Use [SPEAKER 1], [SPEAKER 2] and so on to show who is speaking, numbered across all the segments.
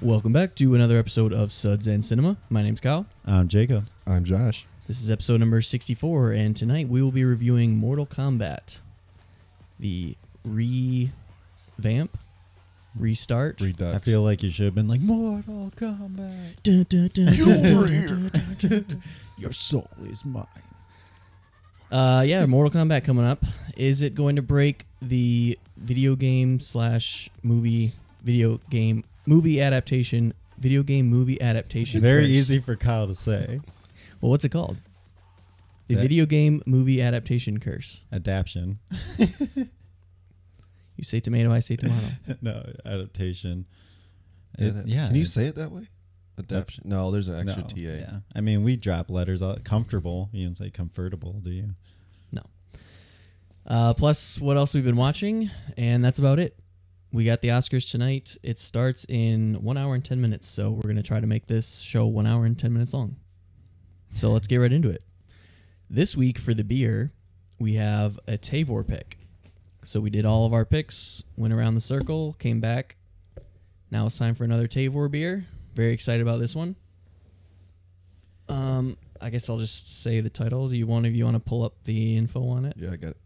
[SPEAKER 1] Welcome back to another episode of Suds and Cinema. My name's Kyle.
[SPEAKER 2] I'm Jacob.
[SPEAKER 3] I'm Josh.
[SPEAKER 1] This is episode number 64, and tonight we will be reviewing Mortal Kombat, the revamp, restart.
[SPEAKER 3] Redux.
[SPEAKER 2] I feel like you should have been like Mortal Kombat.
[SPEAKER 1] Dun, dun, dun, dun, dun, dun, dun.
[SPEAKER 3] your soul is mine.
[SPEAKER 1] Uh, yeah, Mortal Kombat coming up. Is it going to break the video game slash movie video game movie adaptation video game movie adaptation?
[SPEAKER 2] Very
[SPEAKER 1] curse?
[SPEAKER 2] easy for Kyle to say.
[SPEAKER 1] Well, what's it called? The
[SPEAKER 2] That-
[SPEAKER 1] video game movie adaptation curse.
[SPEAKER 2] Adaption.
[SPEAKER 1] You say tomato, I say tomato.
[SPEAKER 2] no, adaptation. It-
[SPEAKER 3] Adapt-
[SPEAKER 2] yeah.
[SPEAKER 3] Can you
[SPEAKER 2] it-
[SPEAKER 3] say it that way? Adaption. No, there's an
[SPEAKER 2] no,
[SPEAKER 3] extra TA.
[SPEAKER 2] Yeah. I mean, we drop letters out. Comfortable. You don't say comfortable, do you?
[SPEAKER 1] Uh, plus, what else we've been watching, and that's about it. We got the Oscars tonight. It starts in one hour and ten minutes, so we're gonna try to make this show one hour and ten minutes long. So let's get right into it. This week for the beer, we have a Tavor pick. So we did all of our picks, went around the circle, came back. Now it's time for another Tavor beer. Very excited about this one. Um, I guess I'll just say the title. Do you one of you want to pull up the info on it?
[SPEAKER 3] Yeah, I got it.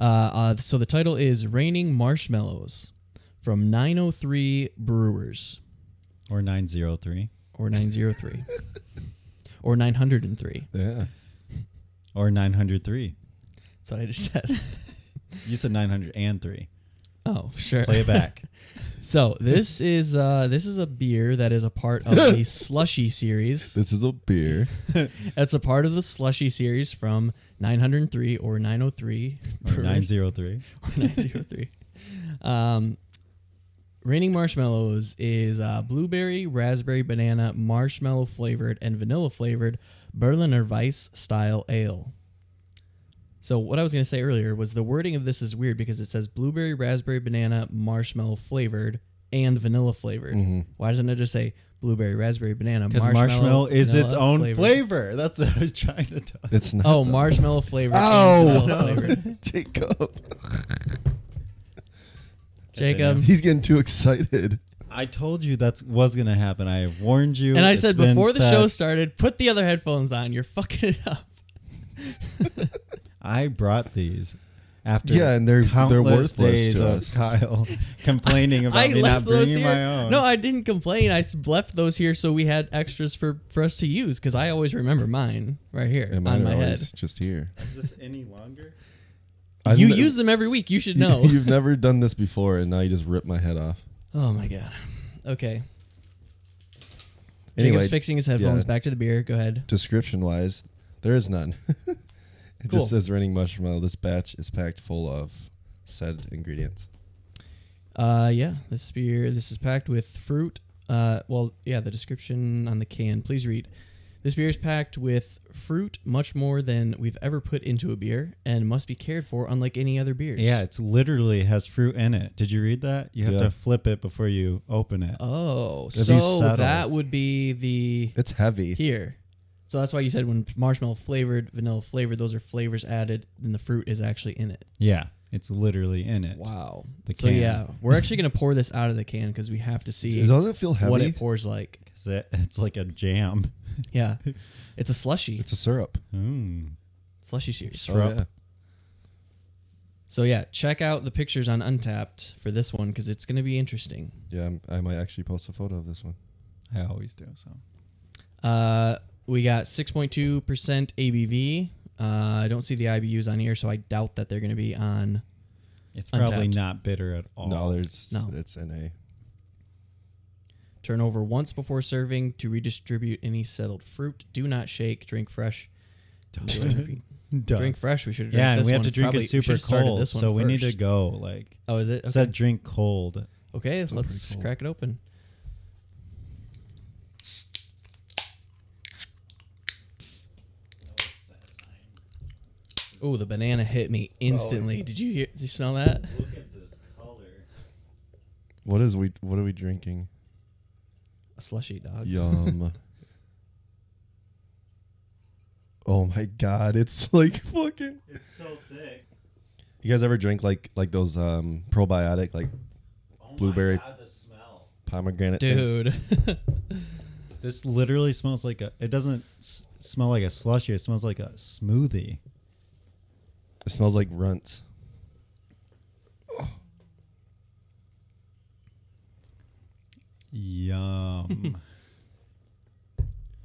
[SPEAKER 1] Uh, uh, so the title is Raining Marshmallows from 903 Brewers
[SPEAKER 2] Or 903.
[SPEAKER 1] or 903 or 903.
[SPEAKER 3] Yeah.
[SPEAKER 2] Or 903.
[SPEAKER 1] That's what I just said.
[SPEAKER 2] You said 903.
[SPEAKER 1] Oh, sure.
[SPEAKER 2] Play it back.
[SPEAKER 1] So this is uh, this is a beer that is a part of the slushy series.
[SPEAKER 3] This is a beer.
[SPEAKER 1] It's a part of the slushy series from 903 or 903
[SPEAKER 2] or
[SPEAKER 1] Brewers.
[SPEAKER 2] 903.
[SPEAKER 1] or 903. um, Raining Marshmallows is uh, blueberry, raspberry, banana, marshmallow flavored, and vanilla flavored Berliner Weiss style ale. So, what I was going to say earlier was the wording of this is weird because it says blueberry, raspberry, banana, marshmallow flavored, and vanilla flavored.
[SPEAKER 2] Mm-hmm.
[SPEAKER 1] Why doesn't it just say blueberry, raspberry, banana,
[SPEAKER 2] Because marshmallow, is its
[SPEAKER 1] vanilla
[SPEAKER 2] own
[SPEAKER 1] flavored?
[SPEAKER 2] flavor. That's what I was trying to tell you.
[SPEAKER 3] It's not.
[SPEAKER 1] Oh,
[SPEAKER 3] the-
[SPEAKER 1] marshmallow flavored. and
[SPEAKER 3] Oh,
[SPEAKER 1] vanilla flavored.
[SPEAKER 3] Jacob.
[SPEAKER 1] Jacob.
[SPEAKER 3] He's getting too excited.
[SPEAKER 2] I told you that was going to happen. I warned you.
[SPEAKER 1] And I
[SPEAKER 2] It's
[SPEAKER 1] said
[SPEAKER 2] been
[SPEAKER 1] before the
[SPEAKER 2] said.
[SPEAKER 1] show started, put the other headphones on. You're fucking it up.
[SPEAKER 2] I brought these after
[SPEAKER 3] Yeah, and they're- they're
[SPEAKER 2] countless
[SPEAKER 3] worthless
[SPEAKER 2] days
[SPEAKER 3] to
[SPEAKER 2] of
[SPEAKER 3] us.
[SPEAKER 2] Kyle complaining about
[SPEAKER 1] I
[SPEAKER 2] me not
[SPEAKER 1] left those
[SPEAKER 2] bringing
[SPEAKER 1] here.
[SPEAKER 2] my own.
[SPEAKER 1] No, I didn't complain. I s- left those here so we had extras for for us to use because I always remember mine right here
[SPEAKER 3] And
[SPEAKER 1] on
[SPEAKER 3] mine
[SPEAKER 1] my
[SPEAKER 3] are
[SPEAKER 1] head.
[SPEAKER 3] always just here.
[SPEAKER 2] is this any longer?
[SPEAKER 3] I
[SPEAKER 1] you
[SPEAKER 3] kn-
[SPEAKER 1] use them every week. You should
[SPEAKER 3] you-
[SPEAKER 1] know.
[SPEAKER 3] You've never done this before, and now you just rip my head off.
[SPEAKER 1] oh my god. Okay.
[SPEAKER 3] Anyway,
[SPEAKER 1] Jacob's fixing his headphones.
[SPEAKER 3] yeah.
[SPEAKER 1] Back to the beer. Go ahead.
[SPEAKER 3] description wise, there is none. it
[SPEAKER 1] Cool.
[SPEAKER 3] just says raining marshmallow. This batch is packed full of said ingredients.
[SPEAKER 1] Uh, yeah, this beer. This is packed with fruit. Uh, well, yeah, the description on the can. Please read. This beer is packed with fruit, much more than we've ever put into a beer, and must be cared for unlike any other beers.
[SPEAKER 2] Yeah, it's literally has fruit in it. Did you read that? You have
[SPEAKER 3] Yeah.
[SPEAKER 2] to flip it before you open it.
[SPEAKER 1] Oh,
[SPEAKER 2] be
[SPEAKER 1] so
[SPEAKER 2] subtle.
[SPEAKER 1] that would be the
[SPEAKER 3] It's heavy.
[SPEAKER 1] here. So that's why you said when marshmallow flavored, vanilla flavored, those are flavors added, and the fruit is actually in it.
[SPEAKER 2] Yeah, it's literally in it.
[SPEAKER 1] Wow.
[SPEAKER 2] The
[SPEAKER 1] so
[SPEAKER 2] can.
[SPEAKER 1] yeah, we're actually gonna pour this out of the can because we have to see
[SPEAKER 3] Does it feel heavy?
[SPEAKER 1] what it pours like.
[SPEAKER 2] 'Cause it- it's like a jam.
[SPEAKER 1] Yeah, it's a slushy,
[SPEAKER 3] it's a syrup.
[SPEAKER 2] Mm.
[SPEAKER 1] slushy series.
[SPEAKER 3] Oh, yeah.
[SPEAKER 1] So yeah, check out the pictures on Untapped for this one because it's going to be interesting.
[SPEAKER 3] Yeah, I'm, I might actually post a photo of this one.
[SPEAKER 2] I always do. So
[SPEAKER 1] Uh, we got 6.2 percent ABV. Uh, I don't see the IBUs on here, so I doubt that they're going to be on.
[SPEAKER 2] it's probably
[SPEAKER 1] Untapped.
[SPEAKER 2] not bitter at all.
[SPEAKER 3] No, there's
[SPEAKER 1] No.
[SPEAKER 3] it's NA.
[SPEAKER 1] Turn over once before serving to redistribute any settled fruit. Do not shake. Drink fresh. drink
[SPEAKER 2] Duh.
[SPEAKER 1] fresh. We should have
[SPEAKER 2] yeah,
[SPEAKER 1] drank
[SPEAKER 2] and
[SPEAKER 1] this
[SPEAKER 2] we have
[SPEAKER 1] one
[SPEAKER 2] to drink
[SPEAKER 1] probably- we
[SPEAKER 2] it super
[SPEAKER 1] should've started
[SPEAKER 2] cold.
[SPEAKER 1] This one
[SPEAKER 2] so we need to
[SPEAKER 1] first.
[SPEAKER 2] go. Like
[SPEAKER 1] Oh, is it? Okay,
[SPEAKER 2] said, drink cold.
[SPEAKER 1] okay
[SPEAKER 3] Still
[SPEAKER 1] let's
[SPEAKER 3] pretty cold.
[SPEAKER 1] crack it open. Oh, the banana hit me instantly. Did you hear? Did you smell that?
[SPEAKER 2] Look at this color.
[SPEAKER 3] What is we what are we drinking?
[SPEAKER 1] A slushy dog.
[SPEAKER 3] Yum. oh my god, it's like fucking
[SPEAKER 2] It's so thick.
[SPEAKER 3] You guys ever drink like like those um probiotic like
[SPEAKER 2] Oh
[SPEAKER 3] Blueberry.
[SPEAKER 2] God, the smell.
[SPEAKER 3] pomegranate. things.
[SPEAKER 1] dude.
[SPEAKER 2] This literally smells like a. It doesn't s- smell like a slushy. It smells like a smoothie.
[SPEAKER 3] It smells like runts.
[SPEAKER 2] Yum.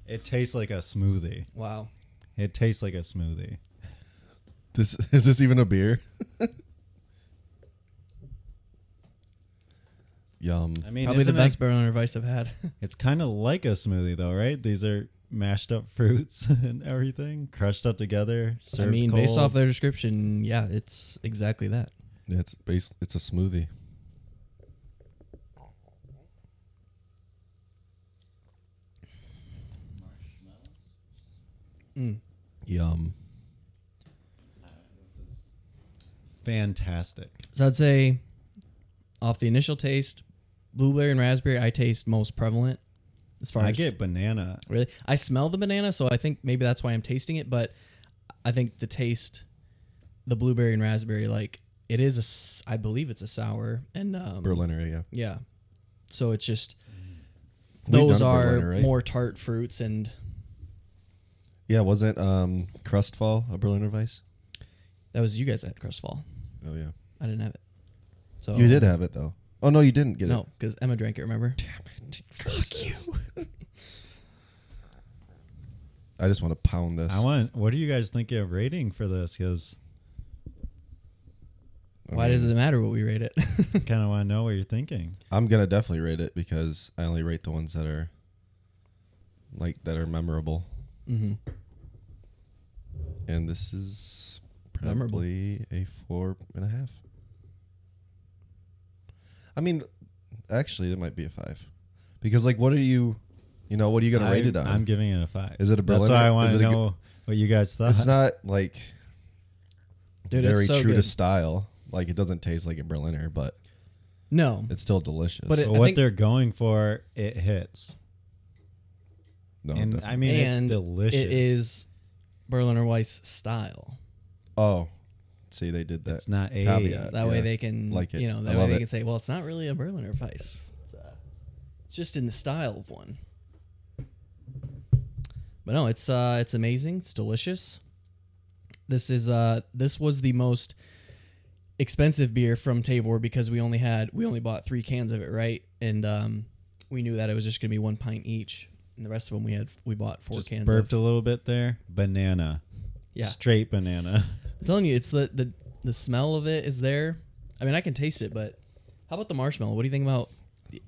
[SPEAKER 2] it tastes like a smoothie.
[SPEAKER 1] wow.
[SPEAKER 2] It tastes like a smoothie.
[SPEAKER 3] This is this even a beer? Yum.
[SPEAKER 2] I mean,
[SPEAKER 1] Probably the
[SPEAKER 2] isn't it-
[SPEAKER 1] best barrel and advice I've had.
[SPEAKER 2] it's kind of like a smoothie, though, right? These are mashed up fruits and everything, crushed up together. Served
[SPEAKER 1] I mean, based
[SPEAKER 2] cold.
[SPEAKER 1] off their description, yeah, it's exactly that.
[SPEAKER 3] Yeah, it's base. It's a smoothie.
[SPEAKER 1] Mm.
[SPEAKER 3] Yum.
[SPEAKER 2] fantastic.
[SPEAKER 1] So I'd say, off the initial taste, blueberry and raspberry, I taste most prevalent. As far
[SPEAKER 2] I
[SPEAKER 1] as
[SPEAKER 2] get banana.
[SPEAKER 1] really, I smell the banana, so I think maybe that's why I'm tasting it. But I think the taste, the blueberry and raspberry, like it is a, s- I believe it's a sour and um,
[SPEAKER 3] Berliner, yeah.
[SPEAKER 1] yeah. So it's just
[SPEAKER 3] We've
[SPEAKER 1] those
[SPEAKER 3] done
[SPEAKER 1] are
[SPEAKER 3] Berliner, right?
[SPEAKER 1] more tart fruits and
[SPEAKER 3] Yeah, wasn't um Crustfall a Berliner Weiss?
[SPEAKER 1] that was you guys that had Crestfall.
[SPEAKER 3] Oh yeah.
[SPEAKER 1] I didn't have it. So
[SPEAKER 3] You did have it though. Oh no, you didn't get
[SPEAKER 1] No, because Emma drank it. Remember?
[SPEAKER 3] it. Damn it. Fuck you. I just want to pound this.
[SPEAKER 2] I want. What do you guys think of rating for this? Because
[SPEAKER 3] I
[SPEAKER 1] Why
[SPEAKER 3] mean,
[SPEAKER 1] does it matter what we rate it?
[SPEAKER 2] kind of want to know what you're thinking.
[SPEAKER 3] I'm gonna definitely rate it because I only rate the ones that are like that are memorable.
[SPEAKER 1] mm-hmm.
[SPEAKER 3] And this is
[SPEAKER 1] Memorable.
[SPEAKER 3] probably a four and a half. I mean, actually, it might be a five, because like, what are you, you know, what are you gonna rate
[SPEAKER 2] I-
[SPEAKER 3] it on?
[SPEAKER 2] I'm giving it a five.
[SPEAKER 3] Is it a
[SPEAKER 2] That's
[SPEAKER 3] Berliner?
[SPEAKER 2] why I
[SPEAKER 3] Is
[SPEAKER 2] want
[SPEAKER 3] it
[SPEAKER 2] to
[SPEAKER 3] a good-
[SPEAKER 2] know what you guys thought.
[SPEAKER 3] it's not like
[SPEAKER 1] Dude, it's
[SPEAKER 3] very
[SPEAKER 1] so
[SPEAKER 3] true to
[SPEAKER 1] good.
[SPEAKER 3] style. Like, it doesn't taste like a Berliner, but
[SPEAKER 1] No,
[SPEAKER 3] it's still delicious.
[SPEAKER 1] But it-
[SPEAKER 2] But
[SPEAKER 1] I
[SPEAKER 2] what
[SPEAKER 1] think-
[SPEAKER 2] they're going for, it hits.
[SPEAKER 3] no,
[SPEAKER 2] and
[SPEAKER 3] Oh, definitely-
[SPEAKER 2] I mean,
[SPEAKER 1] And
[SPEAKER 2] it's delicious.
[SPEAKER 1] it is Berliner Weiss style.
[SPEAKER 3] oh, see, they did that.
[SPEAKER 2] It's not a.
[SPEAKER 3] Caveat.
[SPEAKER 1] That way
[SPEAKER 3] yeah.
[SPEAKER 1] they can
[SPEAKER 3] Like
[SPEAKER 1] like
[SPEAKER 3] it.
[SPEAKER 1] You know,
[SPEAKER 3] I
[SPEAKER 1] that way
[SPEAKER 3] love
[SPEAKER 1] they
[SPEAKER 3] it.
[SPEAKER 1] can say, well, it's not really a Berliner Weiss. It's, uh, it's just in the style of one. But no, it's uh, it's amazing. It's delicious. This is uh, this was the most expensive beer from Tavor because we only had we only bought three cans of it, right? And um, we knew that it was just gonna be one pint each, and the rest of them we had we bought four
[SPEAKER 2] Just
[SPEAKER 1] cans.
[SPEAKER 2] burped
[SPEAKER 1] of.
[SPEAKER 2] a little bit there. Banana.
[SPEAKER 1] yeah,
[SPEAKER 2] Straight banana.
[SPEAKER 1] I'm telling you, it's the, the the smell of it is there. I mean, I can taste it, but how about the marshmallow? What do you think about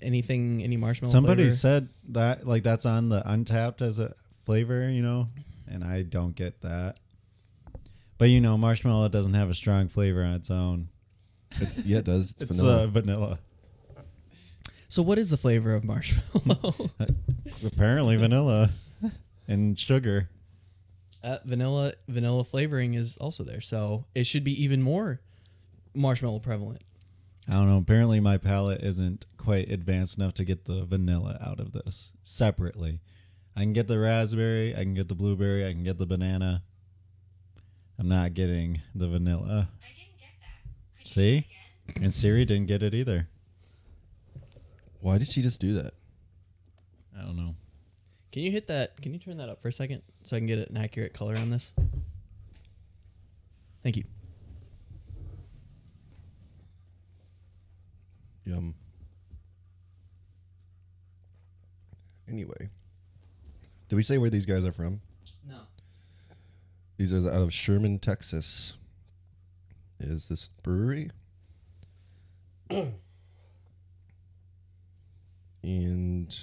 [SPEAKER 1] anything? Any marshmallow?
[SPEAKER 2] Somebody
[SPEAKER 1] flavor?
[SPEAKER 2] said that like that's on the untapped as a flavor, you know, and I don't get that. But you know, marshmallow doesn't have a strong flavor on its own.
[SPEAKER 3] It's, yeah, it does. It's,
[SPEAKER 2] It's,
[SPEAKER 3] vanilla.
[SPEAKER 2] uh, vanilla.
[SPEAKER 1] So, what is the flavor of marshmallow?
[SPEAKER 2] Apparently vanilla and sugar.
[SPEAKER 1] uh, vanilla vanilla flavoring is also there, so it should be even more marshmallow prevalent.
[SPEAKER 2] I don't know. Apparently my palate isn't quite advanced enough to get the vanilla out of this separately. I can get the raspberry, I can get the blueberry, I can get the banana. I'm not getting the vanilla.
[SPEAKER 4] I didn't get that. Could you
[SPEAKER 2] See?
[SPEAKER 4] say again?
[SPEAKER 2] And Siri didn't get it either.
[SPEAKER 3] Why did she just do that?
[SPEAKER 2] I don't know.
[SPEAKER 1] Can you hit that? Can you turn that up for a second so I can get an accurate color on this? Thank you.
[SPEAKER 3] Yum. Anyway, did we say where these guys are from?
[SPEAKER 1] No.
[SPEAKER 3] These are out of Sherman, Texas. Is this brewery? and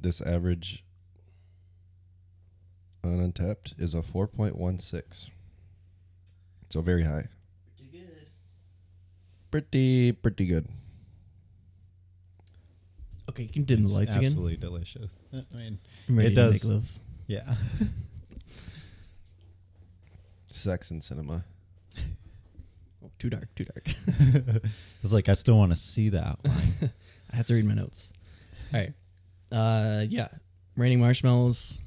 [SPEAKER 3] this average on untapped is a 4.16. So very high.
[SPEAKER 1] Pretty good.
[SPEAKER 3] Pretty, pretty good.
[SPEAKER 1] Okay, you can dim
[SPEAKER 2] It's
[SPEAKER 1] the lights again.
[SPEAKER 2] absolutely delicious. I mean,
[SPEAKER 1] I'm ready to
[SPEAKER 2] It does.
[SPEAKER 1] make love.
[SPEAKER 2] yeah.
[SPEAKER 3] Sex in cinema.
[SPEAKER 1] Oh, too dark. Too dark.
[SPEAKER 2] It's like I still want to see that one.
[SPEAKER 1] I have to read my notes. All right. Uh, yeah. Raining Marshmallows,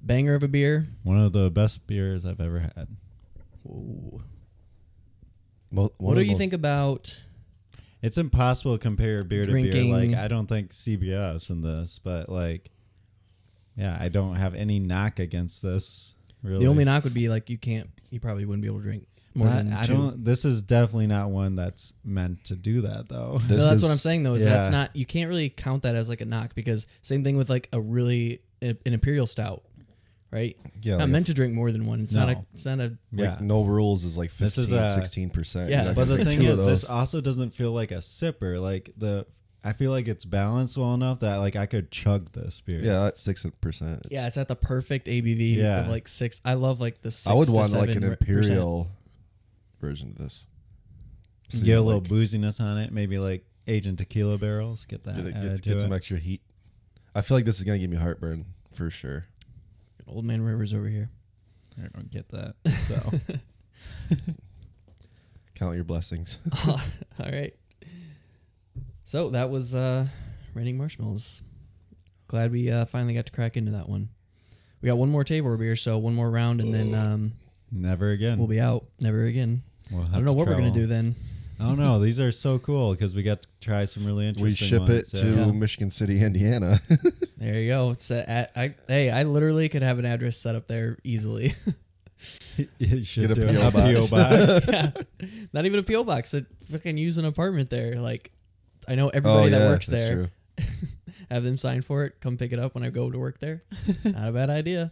[SPEAKER 1] banger of a beer.
[SPEAKER 2] One of the best beers I've ever had.
[SPEAKER 1] Whoa.
[SPEAKER 3] Mo- one
[SPEAKER 1] What
[SPEAKER 3] of
[SPEAKER 1] do
[SPEAKER 3] the
[SPEAKER 1] you
[SPEAKER 3] most-
[SPEAKER 1] think about
[SPEAKER 2] It's impossible to compare beer to
[SPEAKER 1] Drinking-
[SPEAKER 2] beer. Like I don't think CBS in this, but like, yeah, I don't have any knock against this. Really,
[SPEAKER 1] The only knock would be like you can't. You probably wouldn't be able to drink more
[SPEAKER 2] I,
[SPEAKER 1] than
[SPEAKER 2] I
[SPEAKER 1] two.
[SPEAKER 2] don't. This is definitely not one that's meant to do that, though.
[SPEAKER 3] This
[SPEAKER 1] no, that's what
[SPEAKER 3] is-
[SPEAKER 1] I'm saying though. Is that's
[SPEAKER 2] yeah.
[SPEAKER 1] not you can't really count that as like a knock because same thing with like a really an imperial stout, right?
[SPEAKER 3] Yeah,
[SPEAKER 1] not
[SPEAKER 3] like a
[SPEAKER 1] meant to drink more than one. It's not a.
[SPEAKER 2] No.
[SPEAKER 1] It's not a.
[SPEAKER 3] Like
[SPEAKER 2] yeah.
[SPEAKER 3] no rules is like 15,
[SPEAKER 2] This is a-
[SPEAKER 3] 16%.
[SPEAKER 1] Yeah.
[SPEAKER 3] You're not
[SPEAKER 2] But
[SPEAKER 3] gonna
[SPEAKER 2] the
[SPEAKER 3] drink
[SPEAKER 2] thing
[SPEAKER 3] two of
[SPEAKER 2] is, this
[SPEAKER 3] those.
[SPEAKER 2] also doesn't feel like a sipper. Like the, I feel like it's balanced well enough that like I could chug this beer.
[SPEAKER 3] yeah, that's 6%.
[SPEAKER 1] Yeah, it's at the perfect ABV
[SPEAKER 2] Yeah.
[SPEAKER 1] of like six. I love like the. Six
[SPEAKER 3] I would
[SPEAKER 1] to
[SPEAKER 3] want like an
[SPEAKER 1] 7%.
[SPEAKER 3] imperial version of this. So
[SPEAKER 2] get
[SPEAKER 3] you
[SPEAKER 2] a little
[SPEAKER 3] like-
[SPEAKER 2] booziness on it. Maybe like agent tequila barrels. Get that.
[SPEAKER 3] Get, it,
[SPEAKER 2] added
[SPEAKER 3] get,
[SPEAKER 2] to
[SPEAKER 3] get some
[SPEAKER 2] Uh, it.
[SPEAKER 3] extra heat. I feel like this is gonna give me heartburn for sure.
[SPEAKER 1] Old man Rivers over here.
[SPEAKER 2] I don't get that. So
[SPEAKER 3] Count your blessings.
[SPEAKER 1] All right. So that was uh raining marshmallows. Glad we uh, finally got to crack into that one. We got one more Tabor beer, so one more round, and then um,
[SPEAKER 2] never again.
[SPEAKER 1] we'll be out. Never again.
[SPEAKER 2] We'll have
[SPEAKER 1] I don't know
[SPEAKER 2] to
[SPEAKER 1] what we're gonna
[SPEAKER 2] travel.
[SPEAKER 1] do then.
[SPEAKER 2] I don't know. Oh, These are so cool because we got to try some really interesting.
[SPEAKER 3] we ship
[SPEAKER 2] ones,
[SPEAKER 3] it
[SPEAKER 2] yeah.
[SPEAKER 3] to
[SPEAKER 1] Yeah.
[SPEAKER 3] Michigan City, Indiana.
[SPEAKER 1] There you go. It's a, at, I, hey, I literally could have an address set up there easily.
[SPEAKER 2] you should
[SPEAKER 3] Get a
[SPEAKER 2] do
[SPEAKER 3] PO
[SPEAKER 2] a
[SPEAKER 3] box.
[SPEAKER 2] PO box.
[SPEAKER 1] yeah. Not even a PO box. I fucking use an apartment there. Like I know everybody
[SPEAKER 2] Oh,
[SPEAKER 1] that works
[SPEAKER 3] Oh, that's
[SPEAKER 1] there.
[SPEAKER 3] true.
[SPEAKER 1] Have them sign for it. Come pick it up when I go to work there. Not a bad idea.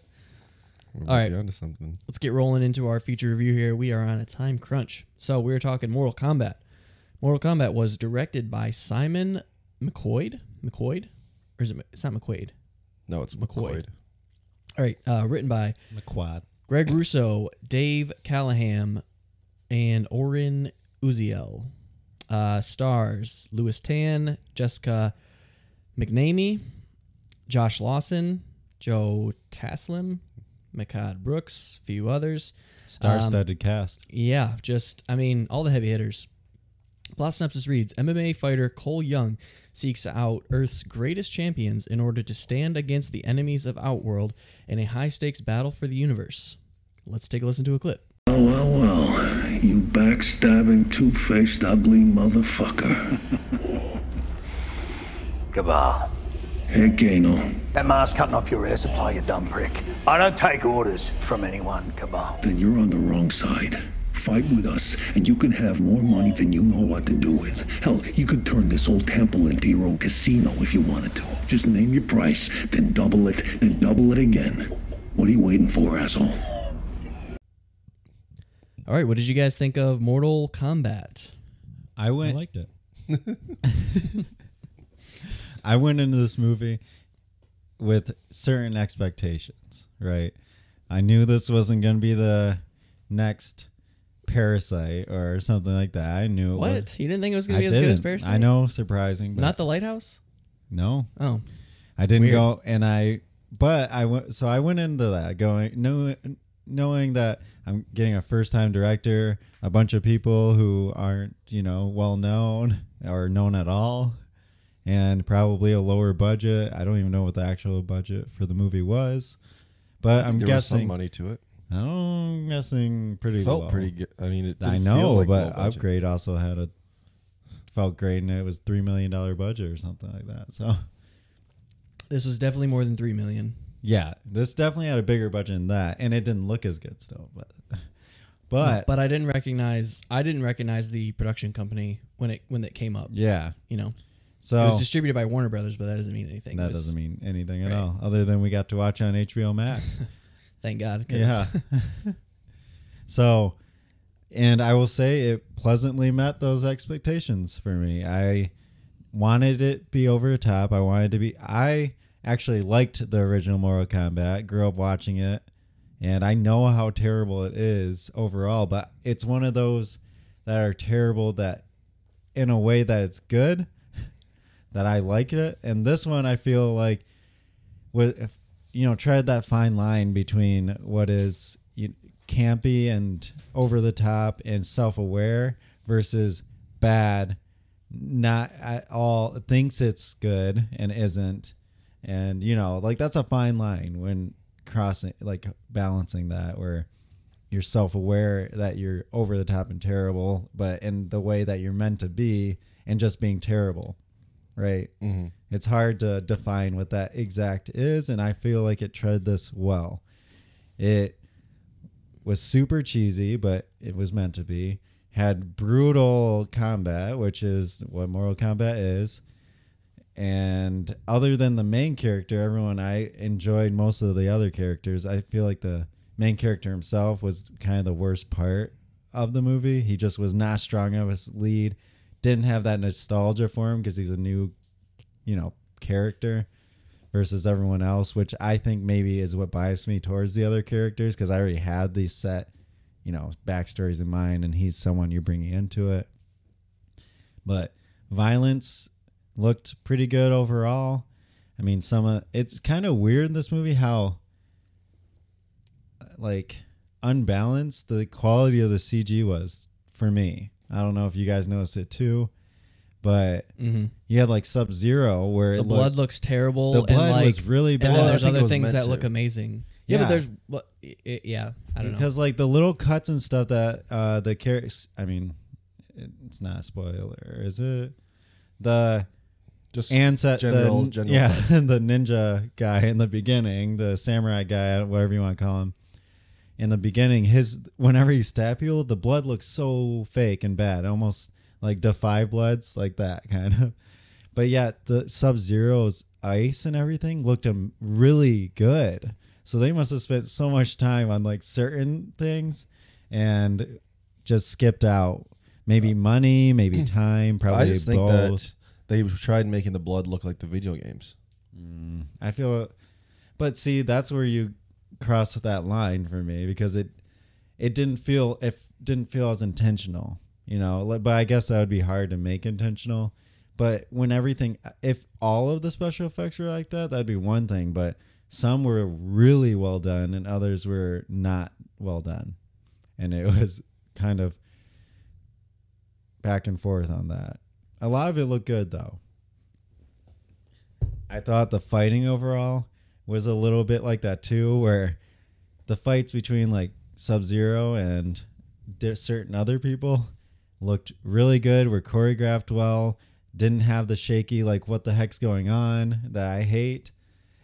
[SPEAKER 3] We
[SPEAKER 1] All
[SPEAKER 3] might be
[SPEAKER 1] right.
[SPEAKER 3] onto something.
[SPEAKER 1] let's get rolling into our feature review here. We are on a time crunch. So we are talking Mortal Kombat. Mortal Kombat was directed by Simon McCoyd. McCoyd? Or is it, it's not McQuaid.
[SPEAKER 3] No, it's
[SPEAKER 1] McCoy.
[SPEAKER 3] McCoy.
[SPEAKER 1] All right. Uh, written by
[SPEAKER 2] McQuad.
[SPEAKER 1] Greg Russo, Dave Callahan, and Orin Uziel. Uh, stars Louis Tan, Jessica McNamee, Josh Lawson, Joe Taslim, Mikad Brooks, few others. Um,
[SPEAKER 2] Star-studded cast.
[SPEAKER 1] Yeah, just I mean, all the heavy hitters. Plot synopsis reads: MMA fighter Cole Young seeks out Earth's greatest champions in order to stand against the enemies of Outworld in a high-stakes battle for the universe. Let's take a listen to a clip.
[SPEAKER 4] Well, well, well. You backstabbing, two faced, ugly motherfucker.
[SPEAKER 5] Cabal.
[SPEAKER 4] Hey, Gano.
[SPEAKER 5] That mask cutting off your air supply, you dumb prick. I don't take orders from anyone, Cabal.
[SPEAKER 4] Then you're on the wrong side. Fight with us, and you can have more money than you know what to do with. Hell, you could turn this whole temple into your own casino if you wanted to. Just name your price, then double it, then double it again. What are you waiting for, asshole?
[SPEAKER 1] All right, what did you guys think of Mortal Kombat?
[SPEAKER 2] I went. I liked it. I went into this movie with certain expectations, right? I knew this wasn't going to be the next Parasite or something like that. I knew it
[SPEAKER 1] What?
[SPEAKER 2] was.
[SPEAKER 1] You didn't think it was
[SPEAKER 2] I
[SPEAKER 1] going to be as good as
[SPEAKER 2] didn't.
[SPEAKER 1] Parasite?
[SPEAKER 2] I know, surprising. But
[SPEAKER 1] Not the Lighthouse?
[SPEAKER 2] no,
[SPEAKER 1] Oh.
[SPEAKER 2] I didn't
[SPEAKER 1] Weird.
[SPEAKER 2] go, and I, but I went. So I went into that going knowing, knowing that I'm getting a first time director, a bunch of people who aren't you know well known or known at all, and probably a lower budget. I don't even know what the actual budget for the movie was, but I'm
[SPEAKER 3] there was some
[SPEAKER 2] guessing.
[SPEAKER 3] money to it.
[SPEAKER 2] I'm guessing pretty
[SPEAKER 3] felt
[SPEAKER 2] low.
[SPEAKER 3] pretty good. I mean, it.
[SPEAKER 2] I
[SPEAKER 3] didn't
[SPEAKER 2] know,
[SPEAKER 3] feel like low
[SPEAKER 2] but
[SPEAKER 3] budget.
[SPEAKER 2] Upgrade also had a felt great, and it was three million dollar budget or something like that. So.
[SPEAKER 1] This was definitely more than 3 million.
[SPEAKER 2] Yeah, this definitely had a bigger budget than that, and it didn't look as good still. But, but,
[SPEAKER 1] But I didn't recognize I didn't recognize the production company when it when it came up,
[SPEAKER 2] yeah.
[SPEAKER 1] you know.
[SPEAKER 2] So
[SPEAKER 1] It was distributed by Warner Brothers, but that doesn't mean anything.
[SPEAKER 2] that
[SPEAKER 1] It was-
[SPEAKER 2] doesn't mean anything at
[SPEAKER 1] Right.
[SPEAKER 2] all, other than we got to watch on HBO Max.
[SPEAKER 1] Thank God. 'cause-
[SPEAKER 2] yeah. so, and I will say it pleasantly met those expectations for me. I wanted it to be over the top. I wanted to be. I actually liked the original Mortal Kombat. Grew up watching it, and I know how terrible it is overall. But it's one of those that are terrible that, in a way, that it's good. That I liked it, and this one I feel like with if, you know tread that fine line between what is you, campy and over the top and self-aware versus bad not at all thinks it's good and isn't and you know like that's a fine line when crossing like balancing that where you're self-aware that you're over the top and terrible but in the way that you're meant to be and just being terrible, right? It's hard to define what that exact is, and I feel like it tread this well. It was super cheesy, but it was meant to be. Had brutal combat, which is what Mortal Kombat is. And other than the main character, everyone I enjoyed most of the other characters. I feel like the main character himself was kind of the worst part of the movie. He just was not strong of his lead. Didn't have that nostalgia for him because he's a new, you know, character versus everyone else, which I think maybe is what biased me towards the other characters because I already had these set, you know, backstories in mind, and he's someone you're bringing into it. But violence looked pretty good overall. I mean, some of it's kind of weird in this movie how like unbalanced the quality of the CG was for me. I don't know if you guys noticed it too, but you had like Sub Zero where it
[SPEAKER 1] Mm-hmm. The
[SPEAKER 2] looked,
[SPEAKER 1] blood looks terrible.
[SPEAKER 2] The blood
[SPEAKER 1] and like,
[SPEAKER 2] was really
[SPEAKER 1] And
[SPEAKER 2] bad.
[SPEAKER 1] then
[SPEAKER 2] I
[SPEAKER 1] there's
[SPEAKER 3] think it
[SPEAKER 1] other
[SPEAKER 3] was
[SPEAKER 1] things
[SPEAKER 3] meant
[SPEAKER 1] that
[SPEAKER 3] to.
[SPEAKER 1] look amazing. Yeah,
[SPEAKER 2] Yeah.
[SPEAKER 1] but there's what? It, yeah, I don't know.
[SPEAKER 2] because like the little cuts and stuff that uh the characters i mean it's not a spoiler is it the
[SPEAKER 3] Just
[SPEAKER 2] ancestor
[SPEAKER 3] general,
[SPEAKER 2] the,
[SPEAKER 3] general.
[SPEAKER 2] yeah the ninja guy in the beginning the samurai guy whatever you want to call him in the beginning his whenever he stab people the blood looks so fake and bad almost like defy bloods like that kind of but yet the sub zero's ice and everything looked um, really good so they must have spent so much time on like certain things and just skipped out maybe money maybe time probably
[SPEAKER 3] I just think
[SPEAKER 2] both.
[SPEAKER 3] that they tried making the blood look like the video games.
[SPEAKER 2] I feel, but see, that's where you cross that line for me because it it didn't feel if didn't feel as intentional, you know. Like, But I guess that would be hard to make intentional. But when everything, if all of the special effects were like that, that'd be one thing. But some were really well done, and others were not well done, and it was kind of back and forth on that. A lot of it looked good though. I thought the fighting overall was a little bit like that too, where the fights between like Sub Zero and di- certain other people looked really good, were choreographed well, didn't have the shaky, like, what the heck's going on that I hate.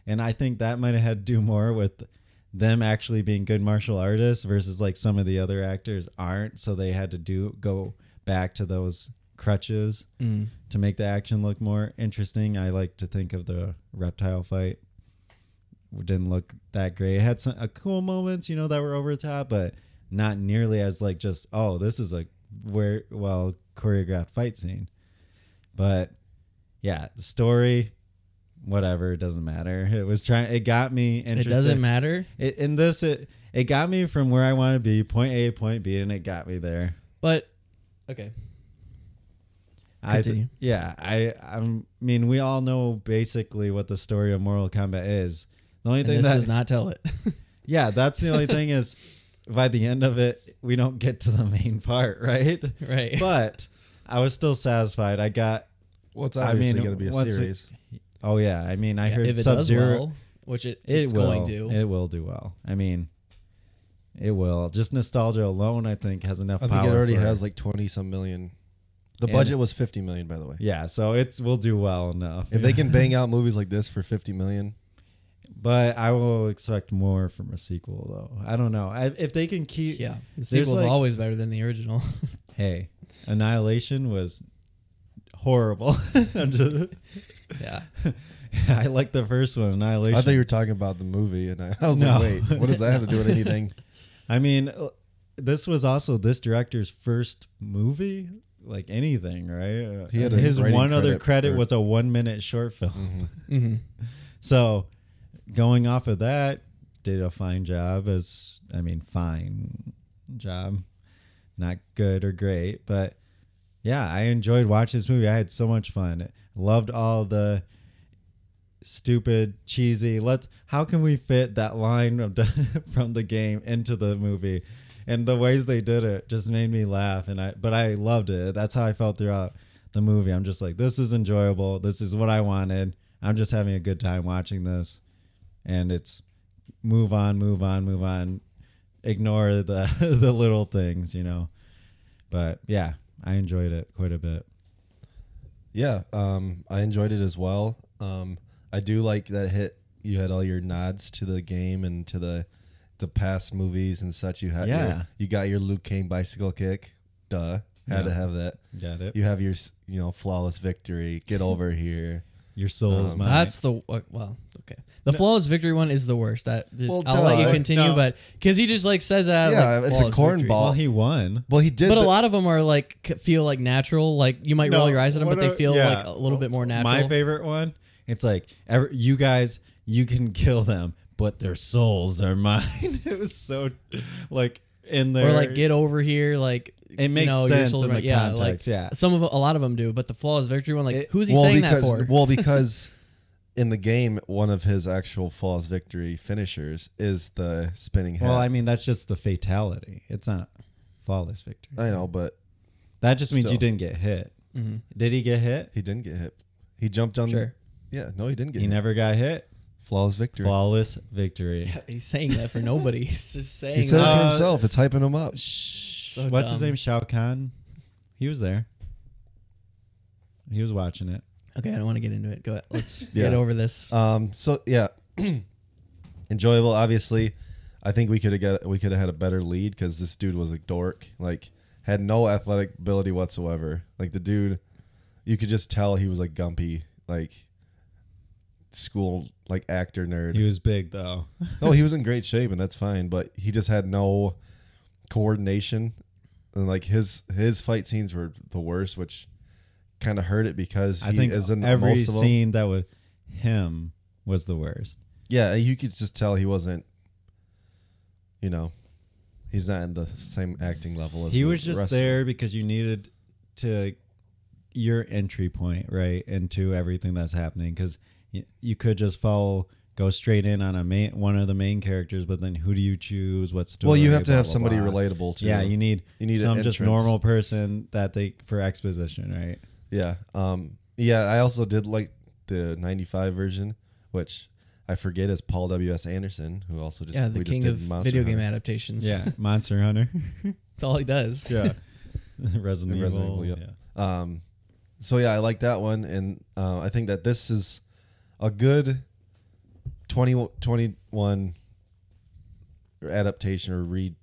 [SPEAKER 2] And I think that might have had to do more with them actually being good martial artists versus like some of the other actors aren't. So they had to do go back to those crutches to make the action look more interesting. I like to think of the reptile fight didn't look that great. It had some uh, cool moments, you know, that were over the top, but not nearly as like just oh, this is a where well choreographed fight scene. But yeah, the story, whatever, it doesn't matter. It was trying. It got me
[SPEAKER 1] It
[SPEAKER 2] interested.
[SPEAKER 1] doesn't matter.
[SPEAKER 2] It, in this, it it got me from where I want to be, point A, to point B, and it got me there.
[SPEAKER 1] But okay,
[SPEAKER 2] I
[SPEAKER 1] Continue.
[SPEAKER 2] th- yeah, I I'm- I mean, we all know basically what the story of Mortal Kombat is. The only
[SPEAKER 1] and
[SPEAKER 2] thing
[SPEAKER 1] this
[SPEAKER 2] that
[SPEAKER 1] does not tell it.
[SPEAKER 2] Yeah, that's the only thing is by the end of it, we don't get to the main part, right?
[SPEAKER 1] Right.
[SPEAKER 2] But I was still satisfied. I got
[SPEAKER 3] Well, it's
[SPEAKER 2] I
[SPEAKER 3] obviously
[SPEAKER 2] mean,
[SPEAKER 3] going to be a
[SPEAKER 2] once it-
[SPEAKER 3] series.
[SPEAKER 2] Oh yeah, I mean, I
[SPEAKER 1] Yeah,
[SPEAKER 2] heard
[SPEAKER 1] if it
[SPEAKER 2] Sub
[SPEAKER 1] does
[SPEAKER 2] Zero
[SPEAKER 1] well, which it,
[SPEAKER 2] it
[SPEAKER 1] it's
[SPEAKER 2] will
[SPEAKER 1] going to.
[SPEAKER 2] it will do well. I mean, it will. Just nostalgia alone, I think, has enough
[SPEAKER 3] I
[SPEAKER 2] power.
[SPEAKER 3] think it already
[SPEAKER 2] for-
[SPEAKER 3] has like twenty some million. The
[SPEAKER 2] And-
[SPEAKER 3] budget was fifty million, by the way.
[SPEAKER 2] Yeah, so it's will do well enough.
[SPEAKER 3] If they can bang out movies like this for fifty million,
[SPEAKER 2] but I will expect more from a sequel, though. I don't know I, if they can keep.
[SPEAKER 1] Yeah, the
[SPEAKER 2] there's,
[SPEAKER 1] sequel's
[SPEAKER 2] like-
[SPEAKER 1] always better than the original.
[SPEAKER 2] Hey, Annihilation was horrible. I'm just,
[SPEAKER 1] yeah,
[SPEAKER 2] I like the first one, Annihilation.
[SPEAKER 3] I thought you were talking about the movie, and I, I was
[SPEAKER 2] No.
[SPEAKER 3] like, wait, what does that have to do with anything?
[SPEAKER 2] I mean, uh, this was also this director's first movie, like anything, right? Uh,
[SPEAKER 3] He had a
[SPEAKER 2] his
[SPEAKER 3] writing
[SPEAKER 2] one other
[SPEAKER 3] credit
[SPEAKER 2] credit
[SPEAKER 3] for- Mm-hmm.
[SPEAKER 2] was a one-minute short film. so, going off of that, did a fine job. As I mean, fine job, not good or great, but yeah, I enjoyed watching this movie. I had so much fun. Loved all the stupid, cheesy. Let's. How can we fit that line of, from the game into the movie? And the ways they did it just made me laugh, and I. But I loved it. That's how I felt throughout the movie. I'm just like, this is enjoyable. This is what I wanted. I'm just having a good time watching this, and it's move on, move on, move on. Ignore the the little things, you know. But yeah, I enjoyed it quite a bit.
[SPEAKER 3] Yeah, um, I enjoyed it as well. Um, I do like that hit. You had all your nods to the game and to the the past movies and such. You had your-
[SPEAKER 2] Yeah.
[SPEAKER 3] you got your Luke Kane bicycle kick. Duh, had to
[SPEAKER 2] Yeah.
[SPEAKER 3] have that.
[SPEAKER 2] Got it.
[SPEAKER 3] You have your s- you know flawless victory. Get over here.
[SPEAKER 2] Your soul is
[SPEAKER 3] Um,
[SPEAKER 2] mine.
[SPEAKER 1] That's the uh, well, okay. The flawless victory one is the worst. I, just,
[SPEAKER 3] Well,
[SPEAKER 1] I'll let
[SPEAKER 3] duh.
[SPEAKER 1] you continue,
[SPEAKER 2] No.
[SPEAKER 1] but because he just like says that.
[SPEAKER 3] Yeah,
[SPEAKER 1] like,
[SPEAKER 3] it's
[SPEAKER 1] flawless
[SPEAKER 3] a
[SPEAKER 1] victory.
[SPEAKER 3] cornball.
[SPEAKER 2] well, he won.
[SPEAKER 3] Well, he did.
[SPEAKER 1] But a
[SPEAKER 3] the-
[SPEAKER 1] lot of them are like c- feel like natural. Like you might roll
[SPEAKER 2] No,
[SPEAKER 1] your eyes at them,
[SPEAKER 2] what
[SPEAKER 1] but they
[SPEAKER 2] a-
[SPEAKER 1] feel
[SPEAKER 2] yeah.
[SPEAKER 1] like a little bit more natural.
[SPEAKER 2] My favorite one. It's like ever, you guys, you can kill them, but their souls are mine. it was so like in there.
[SPEAKER 1] or like get over here, like
[SPEAKER 2] It makes
[SPEAKER 1] you know, your
[SPEAKER 2] sense
[SPEAKER 1] shoulder,
[SPEAKER 2] in the
[SPEAKER 1] yeah,
[SPEAKER 2] context,
[SPEAKER 1] Like,
[SPEAKER 2] yeah.
[SPEAKER 1] some of a lot of them do, but the flawless victory one, like
[SPEAKER 2] It-
[SPEAKER 1] who's he
[SPEAKER 3] well,
[SPEAKER 1] saying
[SPEAKER 3] because,
[SPEAKER 1] that for?
[SPEAKER 3] Well, because in the game, one of his actual flawless victory finishers is the spinning head.
[SPEAKER 2] Well, I mean that's just the fatality. It's not flawless victory.
[SPEAKER 3] I know, but
[SPEAKER 2] That just means you
[SPEAKER 3] Still.
[SPEAKER 2] didn't get hit.
[SPEAKER 1] Mm-hmm.
[SPEAKER 2] Did he get hit?
[SPEAKER 3] he didn't get hit. He jumped on.
[SPEAKER 1] Sure.
[SPEAKER 3] Yeah, no, he didn't get
[SPEAKER 2] He
[SPEAKER 3] hit.
[SPEAKER 2] never got hit.
[SPEAKER 3] flawless victory.
[SPEAKER 2] Flawless victory.
[SPEAKER 1] He's saying that for nobody. He's just saying.
[SPEAKER 3] He said it
[SPEAKER 1] that.
[SPEAKER 3] for
[SPEAKER 2] Uh,
[SPEAKER 3] himself. It's hyping him up.
[SPEAKER 1] So
[SPEAKER 2] What's his
[SPEAKER 1] dumb.
[SPEAKER 2] name? Shao Kahn. He was there. He was watching it.
[SPEAKER 1] okay, I don't want to get into it. Go ahead. Let's
[SPEAKER 3] Yeah.
[SPEAKER 1] get over this.
[SPEAKER 2] Uh,
[SPEAKER 3] Um. So yeah, enjoyable. Obviously, I think we could have got we could have had a better lead because this dude was a dork. Like had no athletic ability whatsoever. Like the dude, you could just tell he was like gumpy, like school like actor nerd.
[SPEAKER 2] He was big though.
[SPEAKER 3] no, he was in great shape and that's fine, but he just had no coordination and like his his fight scenes were the worst, which kind of hurt it because he
[SPEAKER 2] I think
[SPEAKER 3] is in
[SPEAKER 2] every
[SPEAKER 3] most of them.
[SPEAKER 2] scene that was him was the worst.
[SPEAKER 3] Yeah, you could just tell he wasn't. You know, he's not in the same acting level as
[SPEAKER 2] He
[SPEAKER 3] the
[SPEAKER 2] was just
[SPEAKER 3] rest of them.
[SPEAKER 2] there because you needed to your entry point right into everything that's happening because you, could just follow go straight in on a main one of the main characters but then who do you choose what story
[SPEAKER 3] Well, you have to
[SPEAKER 2] blah,
[SPEAKER 3] have
[SPEAKER 2] blah,
[SPEAKER 3] somebody
[SPEAKER 2] blah.
[SPEAKER 3] relatable to.
[SPEAKER 2] yeah you need
[SPEAKER 3] You need an
[SPEAKER 2] some just
[SPEAKER 3] entrance.
[SPEAKER 2] normal person that they for exposition right
[SPEAKER 3] Yeah. Um. Yeah. I also did like the '95 version, which I forget is Paul W. S. Anderson, who also just
[SPEAKER 1] yeah, the
[SPEAKER 3] we
[SPEAKER 1] king
[SPEAKER 3] just
[SPEAKER 1] of
[SPEAKER 3] did Monster
[SPEAKER 1] video game
[SPEAKER 3] Hunter.
[SPEAKER 1] adaptations.
[SPEAKER 2] yeah monster hunter
[SPEAKER 1] that's all he does.
[SPEAKER 2] yeah resident,
[SPEAKER 3] Resident
[SPEAKER 2] evil,
[SPEAKER 3] Evil, yep.
[SPEAKER 2] yeah.
[SPEAKER 3] Um, so yeah, I like that one, and uh, I think that this is a good 20, 21 adaptation or read,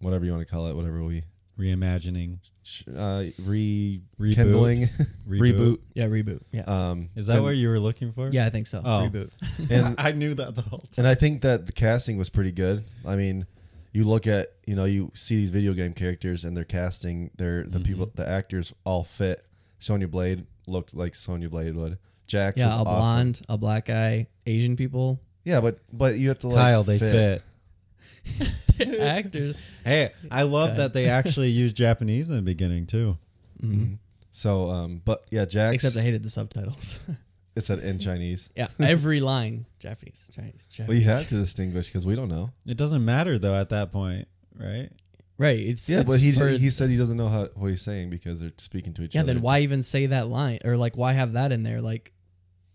[SPEAKER 3] whatever you want to call it, whatever we
[SPEAKER 2] reimagining
[SPEAKER 3] sh- uh, re
[SPEAKER 2] Reboot.
[SPEAKER 3] kindling
[SPEAKER 2] Reboot.
[SPEAKER 3] reboot.
[SPEAKER 1] yeah, reboot. Yeah,
[SPEAKER 3] Um,
[SPEAKER 2] is that
[SPEAKER 3] and,
[SPEAKER 2] where you were looking for
[SPEAKER 1] yeah, I think so.
[SPEAKER 2] Uh, Oh.
[SPEAKER 1] Reboot.
[SPEAKER 3] and
[SPEAKER 2] i knew that the whole
[SPEAKER 3] and I think that the casting was pretty good. I mean, you look at you know you see these video game characters and their casting, their the people, the actors all fit. Sonya Blade looked like Sonya Blade would. Jax
[SPEAKER 1] Yeah,
[SPEAKER 3] was
[SPEAKER 1] a
[SPEAKER 3] awesome.
[SPEAKER 1] blonde, a black guy, Asian people,
[SPEAKER 3] Yeah, but but you have to like
[SPEAKER 2] kyle they fit.
[SPEAKER 1] actors.
[SPEAKER 2] Hey, I love that they actually used Japanese in the beginning too.
[SPEAKER 3] Mm-hmm. So um, but yeah, Jax.
[SPEAKER 1] Mm-hmm. Except I hated the subtitles.
[SPEAKER 3] it said in Chinese.
[SPEAKER 1] yeah, every line Japanese, Chinese, Japanese.
[SPEAKER 3] Well, you had to distinguish because we don't know.
[SPEAKER 2] It doesn't matter though at that point, right?
[SPEAKER 1] Right. It's
[SPEAKER 3] Yeah,
[SPEAKER 1] it's
[SPEAKER 3] but he
[SPEAKER 1] for-
[SPEAKER 3] he said he doesn't know how, what he's saying because they're speaking to each
[SPEAKER 1] yeah.
[SPEAKER 3] other.
[SPEAKER 1] Then why even say that line or like why have that in there? Like,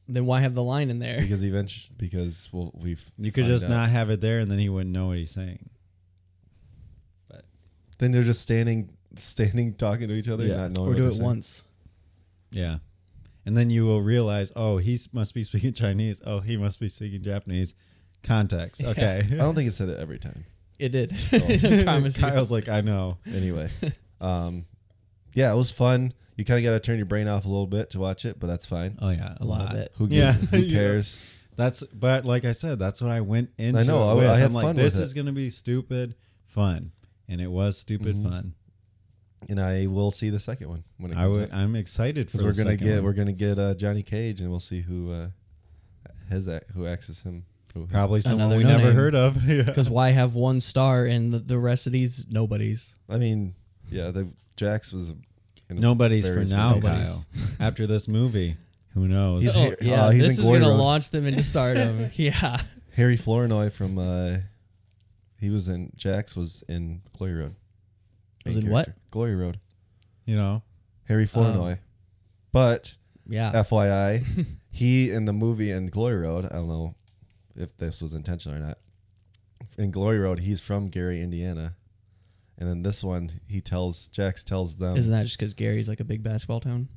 [SPEAKER 1] then why have the line in there?
[SPEAKER 3] Because eventually, because we'll, we've
[SPEAKER 2] You could
[SPEAKER 3] find
[SPEAKER 2] just
[SPEAKER 3] out.
[SPEAKER 2] not have it there, and then he wouldn't know what he's saying.
[SPEAKER 3] Then they're just standing, standing, talking to each other,
[SPEAKER 2] Yeah.
[SPEAKER 3] not knowing.
[SPEAKER 1] Or
[SPEAKER 3] what
[SPEAKER 1] do
[SPEAKER 3] they're
[SPEAKER 1] it
[SPEAKER 3] saying.
[SPEAKER 1] once.
[SPEAKER 2] Yeah, and then you will realize, oh, he s- must be speaking Chinese. Oh, he must be speaking Japanese. Context. Okay.
[SPEAKER 3] I don't think it said it every time.
[SPEAKER 1] It did.
[SPEAKER 3] Oh.
[SPEAKER 1] I promise you.
[SPEAKER 2] Kyle's like, I know.
[SPEAKER 3] Anyway, um, yeah, it was fun. You kind of got to turn your brain off a little bit to watch it, but that's fine.
[SPEAKER 1] Uh,
[SPEAKER 2] Oh yeah, a,
[SPEAKER 1] lot.
[SPEAKER 2] lot.
[SPEAKER 3] Who
[SPEAKER 2] Yeah.
[SPEAKER 3] gives, Who
[SPEAKER 2] You know.
[SPEAKER 3] cares?
[SPEAKER 2] That's but like I said, that's what I went into.
[SPEAKER 3] I know,
[SPEAKER 2] it
[SPEAKER 3] I-
[SPEAKER 2] with.
[SPEAKER 3] I had
[SPEAKER 2] I'm like,
[SPEAKER 3] fun with
[SPEAKER 2] this
[SPEAKER 3] it.
[SPEAKER 2] is gonna be stupid fun, and it was stupid
[SPEAKER 3] Mm-hmm.
[SPEAKER 2] fun.
[SPEAKER 3] And I will see the second one when it
[SPEAKER 2] I
[SPEAKER 3] comes
[SPEAKER 2] would.
[SPEAKER 3] out.
[SPEAKER 2] I'm excited for.
[SPEAKER 3] Because we're
[SPEAKER 2] the
[SPEAKER 3] gonna
[SPEAKER 2] second
[SPEAKER 3] get
[SPEAKER 2] one.
[SPEAKER 3] we're gonna get uh, Johnny Cage, and we'll see who uh, has that who axes him. Who has-
[SPEAKER 2] Probably someone
[SPEAKER 1] Another
[SPEAKER 2] we
[SPEAKER 1] no
[SPEAKER 2] never
[SPEAKER 1] name.
[SPEAKER 2] heard of. yeah.
[SPEAKER 1] Because why have one star and the, the rest of these nobodies?
[SPEAKER 3] I mean, yeah, the Jax was. in
[SPEAKER 2] Nobody's for
[SPEAKER 3] various
[SPEAKER 2] now,
[SPEAKER 3] movies.
[SPEAKER 1] Nobody's.
[SPEAKER 2] Kyle. After this movie, who knows?
[SPEAKER 3] He's here-
[SPEAKER 1] yeah,
[SPEAKER 3] oh, he's
[SPEAKER 1] this
[SPEAKER 3] in
[SPEAKER 1] is gonna
[SPEAKER 3] Gorgon.
[SPEAKER 1] launch them into stardom. yeah.
[SPEAKER 3] Harry Flournoy from uh, he was in Jax was in Glory Road.
[SPEAKER 1] Was
[SPEAKER 3] Main
[SPEAKER 1] in what? Oh.
[SPEAKER 3] Glory Road.
[SPEAKER 2] you know,
[SPEAKER 3] Harry Flournoy, but
[SPEAKER 1] Yeah.
[SPEAKER 3] FYI, he in the movie in Glory Road. I don't know if this was intentional or not. In Glory Road, he's from Gary, Indiana, and then this one, he tells Jax tells them
[SPEAKER 1] Isn't that just because Gary's like a big basketball town?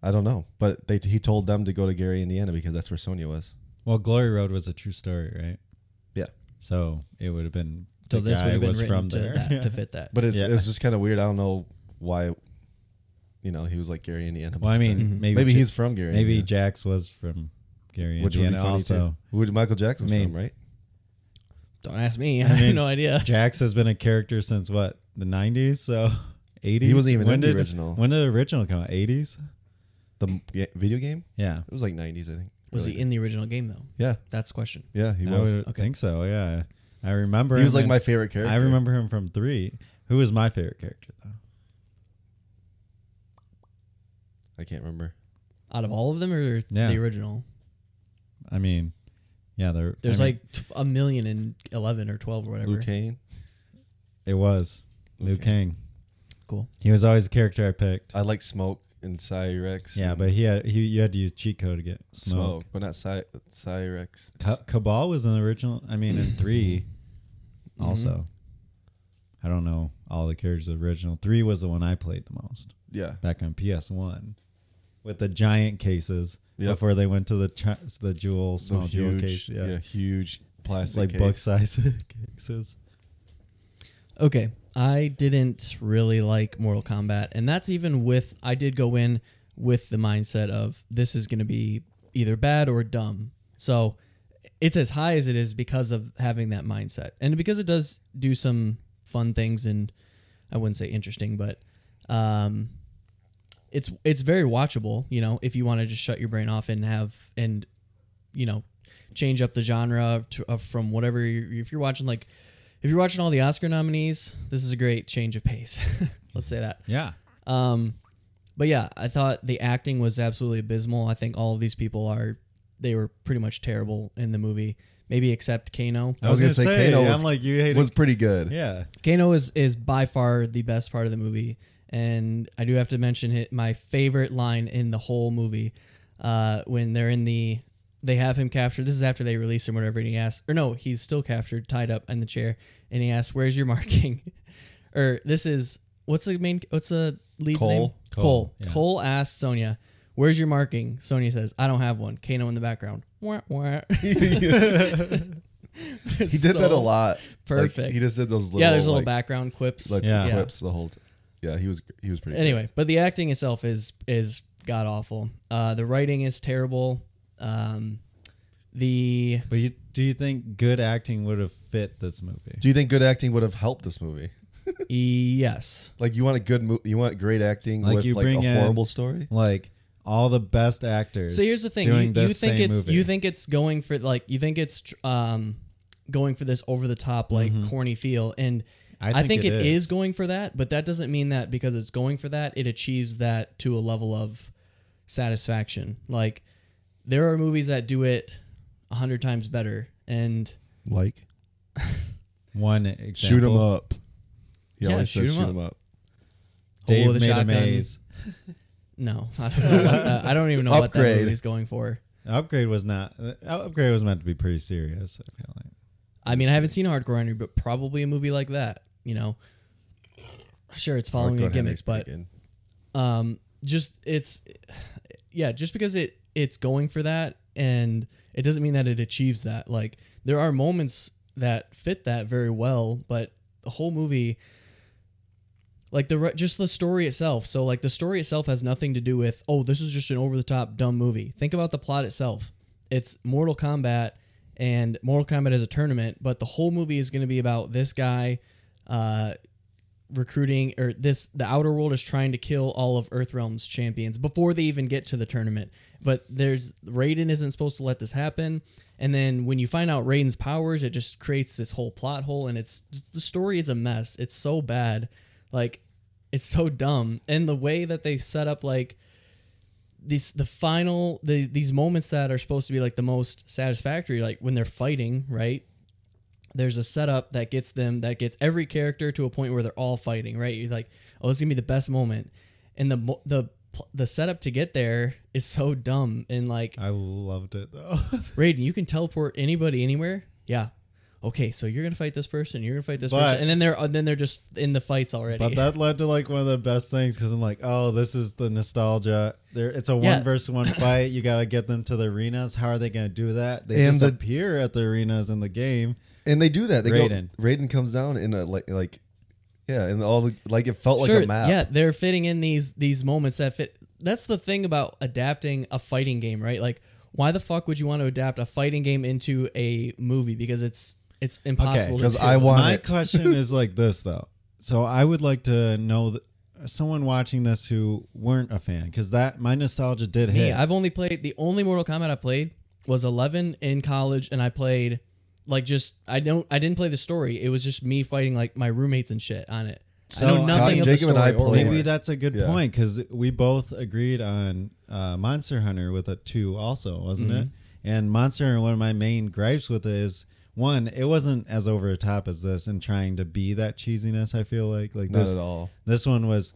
[SPEAKER 3] I don't know, but they he told them to go to Gary, Indiana, because that's where Sonya was.
[SPEAKER 2] Well, Glory Road was a true story, right?
[SPEAKER 3] Yeah,
[SPEAKER 2] So it would have been.
[SPEAKER 1] So
[SPEAKER 2] the
[SPEAKER 1] this would
[SPEAKER 2] guy
[SPEAKER 1] have been
[SPEAKER 2] was
[SPEAKER 1] written
[SPEAKER 2] from
[SPEAKER 1] to,
[SPEAKER 2] there.
[SPEAKER 1] that, to fit that.
[SPEAKER 3] but it's
[SPEAKER 2] Yeah.
[SPEAKER 3] it's just kind of weird. I don't know why. You know, he was like Gary, Indiana.
[SPEAKER 2] Well, I
[SPEAKER 3] but
[SPEAKER 2] mean,
[SPEAKER 1] Mm-hmm.
[SPEAKER 3] it's-
[SPEAKER 2] maybe
[SPEAKER 3] maybe
[SPEAKER 2] Ja-
[SPEAKER 3] he's from Gary.
[SPEAKER 2] Maybe
[SPEAKER 3] Indiana,
[SPEAKER 2] Jax was from Gary,
[SPEAKER 3] which would be
[SPEAKER 2] Indiana.
[SPEAKER 3] funny
[SPEAKER 2] also,
[SPEAKER 3] too. Who Michael Jackson's
[SPEAKER 2] I mean-
[SPEAKER 3] from, right?
[SPEAKER 1] Don't ask me. I, have
[SPEAKER 2] mean,
[SPEAKER 1] no idea.
[SPEAKER 2] Jax has been a character since what the '90s, so '80s.
[SPEAKER 3] wasn't even
[SPEAKER 2] when
[SPEAKER 3] in the
[SPEAKER 2] did,
[SPEAKER 3] original.
[SPEAKER 2] When did the original come out? '80s.
[SPEAKER 3] The m- ga- video game.
[SPEAKER 2] Yeah,
[SPEAKER 3] It was like '90s, I think.
[SPEAKER 1] Was he
[SPEAKER 3] Really.
[SPEAKER 1] in the original game though?
[SPEAKER 3] Yeah,
[SPEAKER 1] That's the question.
[SPEAKER 3] yeah, he
[SPEAKER 2] I
[SPEAKER 3] was.
[SPEAKER 2] would
[SPEAKER 1] Okay.
[SPEAKER 2] think so. Yeah, I remember.
[SPEAKER 3] He was
[SPEAKER 2] him
[SPEAKER 3] like
[SPEAKER 2] in-
[SPEAKER 3] my favorite character.
[SPEAKER 2] I remember him from three. Who was my favorite character though?
[SPEAKER 3] I can't remember.
[SPEAKER 1] Out of all of them, or
[SPEAKER 2] Yeah.
[SPEAKER 1] the original?
[SPEAKER 2] I mean, yeah, there.
[SPEAKER 1] There's
[SPEAKER 2] I mean,
[SPEAKER 1] like t- a million and eleven or twelve or whatever.
[SPEAKER 3] Luke Kane.
[SPEAKER 2] it was Liu Kang.
[SPEAKER 1] Cool.
[SPEAKER 2] He was always the character I picked.
[SPEAKER 3] I like Smoke and Cyrex.
[SPEAKER 2] Yeah,
[SPEAKER 3] and
[SPEAKER 2] but he had he you had to use cheat code to get
[SPEAKER 3] Smoke,
[SPEAKER 2] smoke.
[SPEAKER 3] but not Cy- Cyrex.
[SPEAKER 2] Ca- Cabal was in the original. I mean, in 3 also. I don't know all the characters of the original. Three was the one I played the most
[SPEAKER 3] Yeah,
[SPEAKER 2] back on PS One, with the giant cases
[SPEAKER 3] Yep.
[SPEAKER 2] before they went to the chi- the jewel
[SPEAKER 3] so
[SPEAKER 2] small jewel
[SPEAKER 3] huge,
[SPEAKER 2] case.
[SPEAKER 3] yeah.
[SPEAKER 2] Yeah,
[SPEAKER 3] huge
[SPEAKER 2] it's
[SPEAKER 3] plastic
[SPEAKER 2] like
[SPEAKER 3] case.
[SPEAKER 2] book size cases.
[SPEAKER 1] Okay, I didn't really like Mortal Kombat, and that's even with I did go in with the mindset of this is going to be either bad or dumb. So it's as high as it is because of having that mindset, and because it does do some fun things, and I wouldn't say interesting, but um, it's it's very watchable. You know, if you want to just shut your brain off and have and you know change up the genre to, of from whatever you're, if you're watching like if you're watching all the Oscar nominees, this is a great change of pace. Let's say that.
[SPEAKER 2] Yeah,
[SPEAKER 1] Um, but yeah, I thought the acting was absolutely abysmal. I think all of these people are they were pretty much terrible in the movie, maybe except Kano.
[SPEAKER 3] I was gonna say, Kano
[SPEAKER 2] I'm
[SPEAKER 3] was-
[SPEAKER 2] like you hated.
[SPEAKER 3] was pretty good.
[SPEAKER 2] yeah,
[SPEAKER 1] Kano is is by far the best part of the movie, and I do have to mention it, my favorite line in the whole movie, uh, when they're in the they have him captured. This is after they release him, whatever. And he asks, or no, he's still captured, tied up in the chair, and he asks, "Where's your marking?" or this is what's the main what's the lead's
[SPEAKER 3] Cole?
[SPEAKER 1] name?
[SPEAKER 2] Cole,
[SPEAKER 1] Cole.
[SPEAKER 2] yeah.
[SPEAKER 1] Cole asks Sonia, "Where's your marking?" Sonia says, "I don't have one." Kano in the background. Wah, wah.
[SPEAKER 3] he did
[SPEAKER 1] It's
[SPEAKER 3] that a
[SPEAKER 1] so
[SPEAKER 3] lot. Like,
[SPEAKER 1] Perfect.
[SPEAKER 3] he just did those little
[SPEAKER 1] yeah, there's little
[SPEAKER 3] like,
[SPEAKER 1] background quips.
[SPEAKER 3] like,
[SPEAKER 2] Yeah.
[SPEAKER 3] clips the whole. T- yeah, he was he was pretty. good.
[SPEAKER 1] anyway, but the acting itself is is god awful. Uh, the writing is terrible. Um, the
[SPEAKER 2] but you, do you think good acting would have fit this movie?
[SPEAKER 3] Do you think good acting would have helped this movie?
[SPEAKER 1] yes,
[SPEAKER 3] Like you want a good mo- you want great acting
[SPEAKER 2] Like
[SPEAKER 3] with
[SPEAKER 2] you
[SPEAKER 3] like
[SPEAKER 2] bring
[SPEAKER 3] a
[SPEAKER 2] in-
[SPEAKER 3] horrible story?
[SPEAKER 2] Like all the best actors.
[SPEAKER 1] so here's the thing:
[SPEAKER 2] doing
[SPEAKER 1] you, you
[SPEAKER 2] this
[SPEAKER 1] think
[SPEAKER 2] same
[SPEAKER 1] it's
[SPEAKER 2] movie.
[SPEAKER 1] you think it's going for like you think it's tr- um going for this over the top like corny feel, and
[SPEAKER 2] Mm-hmm. I
[SPEAKER 1] I think,
[SPEAKER 2] think it
[SPEAKER 1] it is.
[SPEAKER 2] is.
[SPEAKER 1] going for that, but that doesn't mean that because it's going for that, it achieves that to a level of satisfaction. Like there are movies that do it a hundred times better, and
[SPEAKER 3] Like
[SPEAKER 2] one example.
[SPEAKER 3] shoot him up. He
[SPEAKER 1] Yeah,
[SPEAKER 3] always
[SPEAKER 1] shoot
[SPEAKER 3] says
[SPEAKER 1] 'em
[SPEAKER 3] shoot him up.
[SPEAKER 2] Dave
[SPEAKER 1] Hole with a
[SPEAKER 2] made a
[SPEAKER 1] shotgun.
[SPEAKER 2] maze.
[SPEAKER 1] No, I don't, know what that, I don't even know what that
[SPEAKER 3] Upgrade.
[SPEAKER 1] movie's going for.
[SPEAKER 2] Upgrade was not. uh, Upgrade was meant to be pretty serious. I feel like.
[SPEAKER 1] I mean, I haven't seen Hardcore Henry, but probably a movie like that. You know, sure, it's following a
[SPEAKER 3] Hardcore Henry's
[SPEAKER 1] gimmick, but
[SPEAKER 3] pretty good.
[SPEAKER 1] um, just it's yeah, just because it it's going for that, and it doesn't mean that it achieves that. Like there are moments that fit that very well, but the whole movie like the re- just the story itself. So like the story itself has nothing to do with oh this is just an over the top dumb movie. Think about the plot itself. It's Mortal Kombat and Mortal Kombat is a tournament, but the whole movie is going to be about this guy uh, recruiting or this the outer world is trying to kill all of Earthrealm's champions before they even get to the tournament. But there's Raiden isn't supposed to let this happen. And then when you find out Raiden's powers, it just creates this whole plot hole and it's the story is a mess. It's so bad. Like it's so dumb. And the way that they set up like these the final the, these moments that are supposed to be like the most satisfactory like when they're fighting right there's a setup that gets them that gets every character to a point where they're all fighting right you're like oh it's gonna be the best moment and the mo- the pl- the setup to get there is so dumb and like
[SPEAKER 3] Uh.
[SPEAKER 2] I loved it though.
[SPEAKER 1] Raiden, you can teleport anybody anywhere. Yeah. okay, so you're gonna fight this person, you're gonna fight this
[SPEAKER 2] But-
[SPEAKER 1] person, and then they're and then they're just in the fights already.
[SPEAKER 2] But that led to like one of the best things because I'm like, oh, this is the nostalgia. There, it's a one
[SPEAKER 1] Yeah.
[SPEAKER 2] versus one fight. You gotta get them to the arenas. How are they gonna do that? They
[SPEAKER 3] And
[SPEAKER 2] just
[SPEAKER 3] the-
[SPEAKER 2] appear at the arenas in the game.
[SPEAKER 3] And they do that. They
[SPEAKER 2] Raiden.
[SPEAKER 3] go Raiden comes down in a like like yeah, and all the like it felt
[SPEAKER 1] sure,
[SPEAKER 3] like a map.
[SPEAKER 1] yeah, they're fitting in these these moments that fit. That's the thing about adapting a fighting game, right? Like, why the fuck would you want to adapt a fighting game into a movie? Because it's it's impossible. to
[SPEAKER 3] 'cause
[SPEAKER 1] do.
[SPEAKER 3] I want
[SPEAKER 2] My
[SPEAKER 3] it.
[SPEAKER 2] question is like this though. So I would like to know th- someone watching this who weren't a fan because that my nostalgia did
[SPEAKER 1] Me,
[SPEAKER 2] hit.
[SPEAKER 1] I've only played the only Mortal Kombat I played was 11 in college, and I played like just I don't I didn't play the story. It was just me fighting like my roommates and shit on it.
[SPEAKER 2] So,
[SPEAKER 1] I know nothing
[SPEAKER 2] Cotton
[SPEAKER 1] of the
[SPEAKER 3] Jacob and
[SPEAKER 1] story.
[SPEAKER 3] I
[SPEAKER 1] or
[SPEAKER 3] played-
[SPEAKER 1] lore.
[SPEAKER 2] Maybe that's a good
[SPEAKER 3] Yeah.
[SPEAKER 2] point because we both agreed on uh, Monster Hunter with a two, also, wasn't
[SPEAKER 3] Mm-hmm.
[SPEAKER 2] it? And Monster Hunter, one of my main gripes with it is one, it wasn't as over the top as this in trying to be that cheesiness. I feel like like
[SPEAKER 3] Not
[SPEAKER 2] this
[SPEAKER 3] at all.
[SPEAKER 2] This one was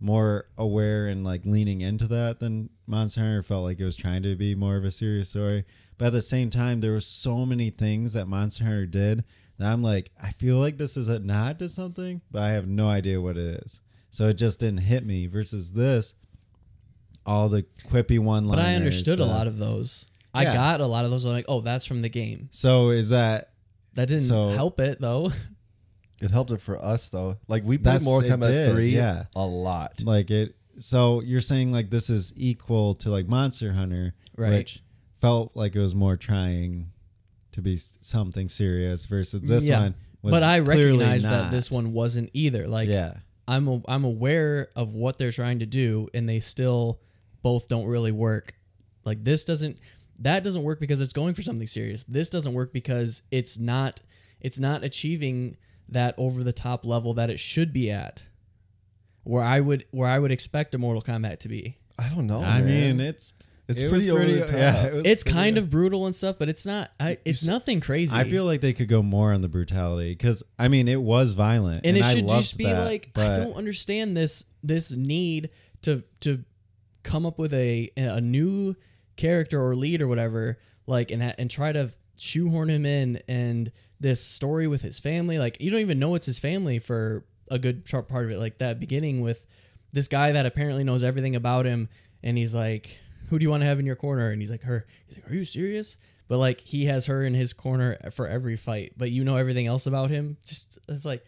[SPEAKER 2] more aware and like leaning into that than Monster Hunter felt like it was trying to be more of a serious story. But at the same time, there were so many things that Monster Hunter did that I'm like, I feel like this is a nod to something, but I have no idea what it is. So it just didn't hit me. Versus this, all the quippy one
[SPEAKER 1] but
[SPEAKER 2] liners.
[SPEAKER 1] I understood a lot of those. I
[SPEAKER 2] Yeah.
[SPEAKER 1] got a lot of those. I'm like, oh, that's from the game.
[SPEAKER 2] So is that
[SPEAKER 1] That didn't
[SPEAKER 2] So-
[SPEAKER 1] help it though.
[SPEAKER 3] It helped it for us though. Like we played
[SPEAKER 2] That's-
[SPEAKER 3] more
[SPEAKER 2] it
[SPEAKER 3] Kombat
[SPEAKER 2] did,
[SPEAKER 3] three
[SPEAKER 2] yeah.
[SPEAKER 3] a lot.
[SPEAKER 2] like it? So you're saying like this is equal to like Monster Hunter,
[SPEAKER 1] Right.
[SPEAKER 2] Which felt like it was more trying to be s- something serious versus this
[SPEAKER 1] yeah.
[SPEAKER 2] one. Was
[SPEAKER 1] but I
[SPEAKER 2] clearly
[SPEAKER 1] recognize that
[SPEAKER 2] not.
[SPEAKER 1] this one wasn't either. Like
[SPEAKER 2] yeah.
[SPEAKER 1] I'm a, I'm aware of what they're trying to do, and they still both don't really work. Like this doesn't that doesn't work because it's going for something serious. This doesn't work because it's not it's not achieving that over the top level that it should be at, where I would where I would expect a Mortal Kombat to be.
[SPEAKER 3] I don't
[SPEAKER 1] oh,
[SPEAKER 3] know.
[SPEAKER 2] I
[SPEAKER 3] man.
[SPEAKER 2] mean, it's
[SPEAKER 3] It's
[SPEAKER 2] it
[SPEAKER 3] pretty
[SPEAKER 2] was
[SPEAKER 3] over the top.
[SPEAKER 2] Yeah, it was
[SPEAKER 1] It's
[SPEAKER 2] pretty-
[SPEAKER 1] kind of brutal and stuff, but it's not. I, it's nothing crazy.
[SPEAKER 2] I feel like they could go more on the brutality because I mean it was violent
[SPEAKER 1] and, it
[SPEAKER 2] I
[SPEAKER 1] should
[SPEAKER 2] loved
[SPEAKER 1] just be
[SPEAKER 2] that,
[SPEAKER 1] like
[SPEAKER 2] but
[SPEAKER 1] I don't understand this this need to to come up with a a new character or lead or whatever like and and try to shoehorn him in and this story with his family like you don't even know it's his family for a good tr- part of it like that beginning with this guy that apparently knows everything about him and he's like who do you want to have in your corner and he's like her he's like are you serious but like he has her in his corner for every fight but you know everything else about him just it's like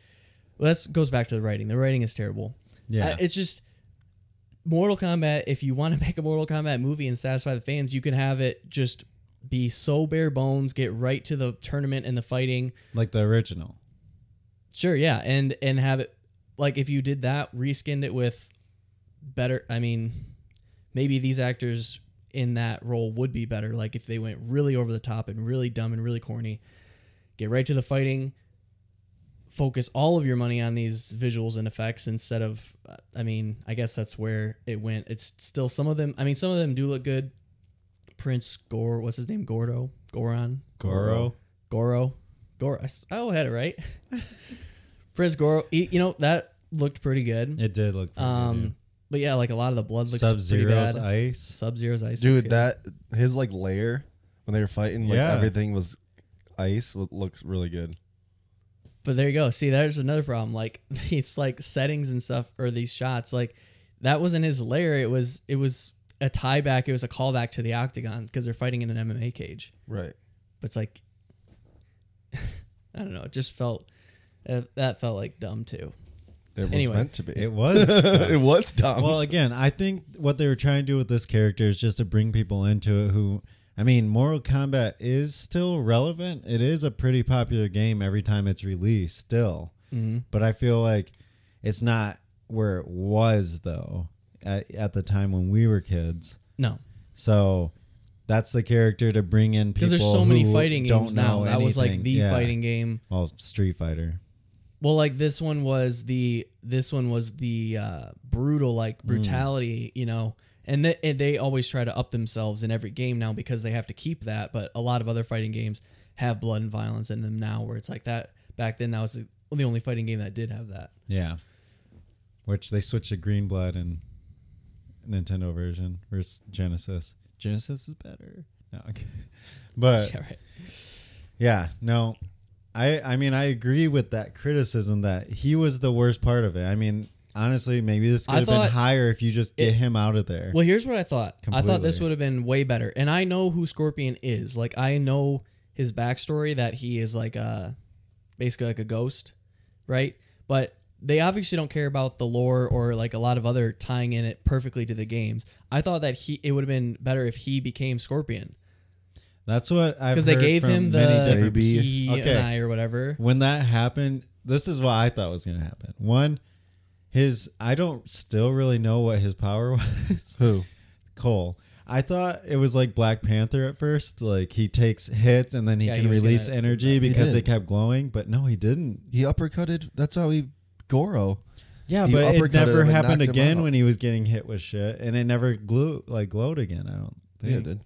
[SPEAKER 1] well, that goes back to the writing. The writing is terrible.
[SPEAKER 2] Yeah.
[SPEAKER 1] Uh, it's just Mortal Kombat. If you want to make a Mortal Kombat movie and satisfy the fans, you can have it just be so bare bones, get right to the tournament and the fighting.
[SPEAKER 2] like the original.
[SPEAKER 1] Sure, yeah, and and have it like if you did that, reskinned it with better. I mean, maybe these actors in that role would be better. Like if they went really over the top and really dumb and really corny, get right to the fighting. Focus all of your money on these visuals and effects instead of. I mean, I guess that's where it went. It's still some of them. I mean, some of them do look good. Prince Gore, what's his name? Gordo, Goron,
[SPEAKER 2] Goro.
[SPEAKER 1] Goro. Goro. I s- I all had it right. Prince Goro. He, you know, that looked pretty good.
[SPEAKER 2] It did look
[SPEAKER 1] um, but yeah, like a lot of the blood looks
[SPEAKER 2] Sub Zero's
[SPEAKER 1] pretty bad.
[SPEAKER 2] ice.
[SPEAKER 1] Sub Zero's ice. looks
[SPEAKER 3] dude,
[SPEAKER 1] good.
[SPEAKER 3] that his like layer when they were fighting, like
[SPEAKER 2] Yeah.
[SPEAKER 3] everything was ice. w- Looks really good.
[SPEAKER 1] But there you go. See, there's another problem. Like it's like settings and stuff or these shots. Like that wasn't his lair. It was it was a tie back. It was a callback to the octagon because they're fighting in an MMA cage.
[SPEAKER 3] Right.
[SPEAKER 1] But it's like I don't know. It just felt uh, that felt like dumb too.
[SPEAKER 3] It was
[SPEAKER 1] Anyway.
[SPEAKER 3] meant to be.
[SPEAKER 2] It was
[SPEAKER 3] it was dumb.
[SPEAKER 2] well again i think what they were trying to do with this character is just to bring people into it who i mean mortal kombat is still relevant it is a pretty popular game every time it's released still
[SPEAKER 1] Mm-hmm.
[SPEAKER 2] but i feel like it's not where it was though at, at the time when we were kids
[SPEAKER 1] No,
[SPEAKER 2] so that's the character to bring in
[SPEAKER 1] because
[SPEAKER 2] people
[SPEAKER 1] there's so many
[SPEAKER 2] who
[SPEAKER 1] fighting
[SPEAKER 2] don't
[SPEAKER 1] games now.
[SPEAKER 2] know
[SPEAKER 1] That was like
[SPEAKER 2] anything.
[SPEAKER 1] the
[SPEAKER 2] Yeah.
[SPEAKER 1] fighting game.
[SPEAKER 2] well street fighter
[SPEAKER 1] Well, like this one was the this one was the uh, brutal
[SPEAKER 2] Mm.
[SPEAKER 1] like brutality, you know, and, th- and they always try to up themselves in every game now because they have to keep that. But a lot of other fighting games have blood and violence in them now, where it's like that. Back then, that was the, the only fighting game that did have that.
[SPEAKER 2] Yeah. Which they switched to green blood and Nintendo version versus Genesis. Genesis is better. No, okay. But
[SPEAKER 1] Yeah, right.
[SPEAKER 2] yeah, no. I I mean I agree with that criticism that he was the worst part of it. I mean, honestly, maybe this could
[SPEAKER 1] I
[SPEAKER 2] have been
[SPEAKER 1] thought
[SPEAKER 2] higher if you just get
[SPEAKER 1] it-
[SPEAKER 2] him out of there.
[SPEAKER 1] Well, here's what I thought. I thought this
[SPEAKER 2] Completely.
[SPEAKER 1] would have been way better. And I know who Scorpion is. Like I know his backstory that he is like a basically like a ghost, right? But they obviously don't care about the lore or like a lot of other tying in it perfectly to the games. I thought that he it would have been better if he became Scorpion
[SPEAKER 2] That's what I
[SPEAKER 1] because they gave him the
[SPEAKER 3] different- Maybe.
[SPEAKER 1] key
[SPEAKER 2] Okay.
[SPEAKER 1] and I or whatever.
[SPEAKER 2] when that happened, this is what I thought was going to happen. One, his I don't still really know what his power was.
[SPEAKER 3] Who?
[SPEAKER 2] Cole. I thought it was like Black Panther at first, like he takes hits and then he
[SPEAKER 1] Yeah,
[SPEAKER 2] can
[SPEAKER 1] he was
[SPEAKER 2] release
[SPEAKER 1] gonna-
[SPEAKER 2] energy because
[SPEAKER 3] did.
[SPEAKER 2] it kept glowing, but no, he didn't.
[SPEAKER 3] He uppercutted. That's how he Goro.
[SPEAKER 2] Yeah,
[SPEAKER 3] He
[SPEAKER 2] but it
[SPEAKER 3] uppercutted him
[SPEAKER 2] never
[SPEAKER 3] and
[SPEAKER 2] happened
[SPEAKER 3] knocked him
[SPEAKER 2] again
[SPEAKER 3] out.
[SPEAKER 2] when he was getting hit with shit, and it never glue like glowed again. I don't think.
[SPEAKER 3] Yeah, did.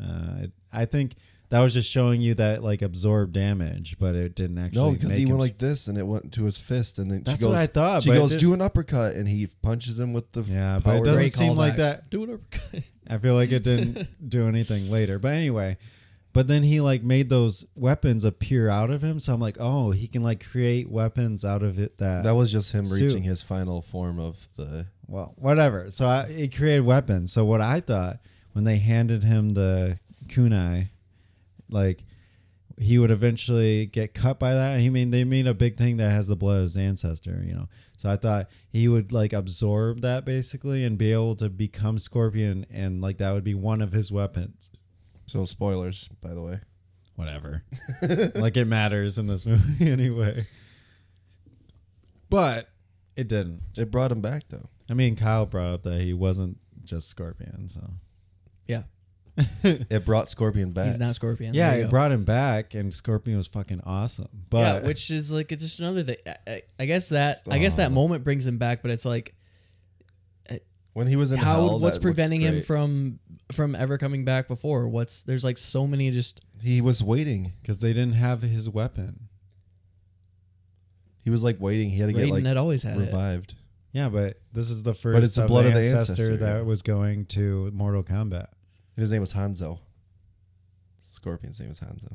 [SPEAKER 2] Uh, I I think that was just showing you that it, like absorbed damage, but it didn't actually.
[SPEAKER 3] No, because
[SPEAKER 2] make
[SPEAKER 3] he
[SPEAKER 2] him
[SPEAKER 3] went like this, and it went to his fist, and then
[SPEAKER 2] That's
[SPEAKER 3] she goes.
[SPEAKER 2] what I thought,
[SPEAKER 3] She
[SPEAKER 2] but it
[SPEAKER 3] goes,
[SPEAKER 2] did-
[SPEAKER 3] do an uppercut, and he punches him with the f-
[SPEAKER 2] Yeah, but it
[SPEAKER 3] power.
[SPEAKER 2] doesn't
[SPEAKER 1] Great
[SPEAKER 2] seem like
[SPEAKER 1] callback.
[SPEAKER 2] that-
[SPEAKER 1] Do it.
[SPEAKER 2] I feel like it didn't do anything later. But anyway, but then he like made those weapons appear out of him. So I'm like, oh, he can like create weapons out of it. That
[SPEAKER 3] that was just him
[SPEAKER 2] Suit.
[SPEAKER 3] reaching his final form of the.
[SPEAKER 2] well, whatever. So I, it created weapons. So what I thought when they handed him the kunai, like he would eventually get cut by that. He mean they made a big thing that has the blood of his ancestor, you know. So I thought he would like absorb that basically and be able to become Scorpion, and like that would be one of his weapons.
[SPEAKER 3] So spoilers, by the way.
[SPEAKER 2] Whatever, like it matters in this movie anyway. But it didn't.
[SPEAKER 3] It brought him back though.
[SPEAKER 2] I mean, Kyle brought up that he wasn't just Scorpion, so
[SPEAKER 1] yeah,
[SPEAKER 3] It brought Scorpion back.
[SPEAKER 1] he's not Scorpion.
[SPEAKER 2] yeah,
[SPEAKER 1] There you
[SPEAKER 2] it
[SPEAKER 1] go.
[SPEAKER 2] brought him back, and Scorpion was fucking awesome. But
[SPEAKER 1] yeah, which is like it's just another thing. I, I, I guess that I guess that moment brings him back, but it's like
[SPEAKER 3] when he was in
[SPEAKER 1] how
[SPEAKER 3] hell,
[SPEAKER 1] what's
[SPEAKER 3] that looked
[SPEAKER 1] preventing him
[SPEAKER 3] great.
[SPEAKER 1] from from ever coming back before? What's there's like so many just
[SPEAKER 3] He was waiting.
[SPEAKER 2] because they didn't have his weapon,
[SPEAKER 3] He was like waiting. He had to
[SPEAKER 1] Raiden
[SPEAKER 3] get like
[SPEAKER 1] had always had it.
[SPEAKER 3] revived.
[SPEAKER 2] yeah, but this is the first.
[SPEAKER 3] it's the blood of the ancestor,
[SPEAKER 2] that
[SPEAKER 3] yeah.
[SPEAKER 2] was going to Mortal Kombat.
[SPEAKER 3] And his name was Hanzo. Scorpion's name is Hanzo.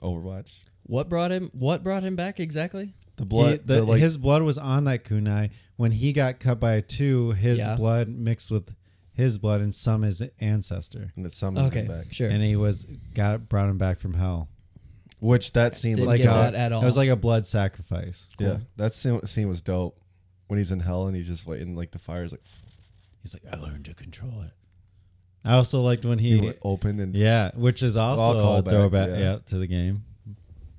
[SPEAKER 3] Overwatch.
[SPEAKER 1] What brought him what brought him back exactly?
[SPEAKER 3] The blood.
[SPEAKER 2] He- the-
[SPEAKER 3] the, like,
[SPEAKER 2] his blood was on that kunai when he got cut by a two. His
[SPEAKER 1] Yeah.
[SPEAKER 2] blood mixed with his blood and some his ancestor,
[SPEAKER 3] and it summoned him
[SPEAKER 1] Okay,
[SPEAKER 3] back.
[SPEAKER 1] sure.
[SPEAKER 2] and he was got brought him back from hell.
[SPEAKER 3] Which that scene
[SPEAKER 1] Didn't
[SPEAKER 3] like uh,
[SPEAKER 1] get
[SPEAKER 2] a-
[SPEAKER 1] that at all.
[SPEAKER 2] It was like a blood sacrifice.
[SPEAKER 3] yeah, that scene, scene was dope. When he's in hell and he's just waiting, like the fire's like
[SPEAKER 2] He's like, I learned to control it. I also liked when he,
[SPEAKER 3] would open and
[SPEAKER 2] yeah, which is also
[SPEAKER 3] All
[SPEAKER 2] a
[SPEAKER 3] callback,
[SPEAKER 2] throwback
[SPEAKER 3] yeah.
[SPEAKER 2] yeah. to the game.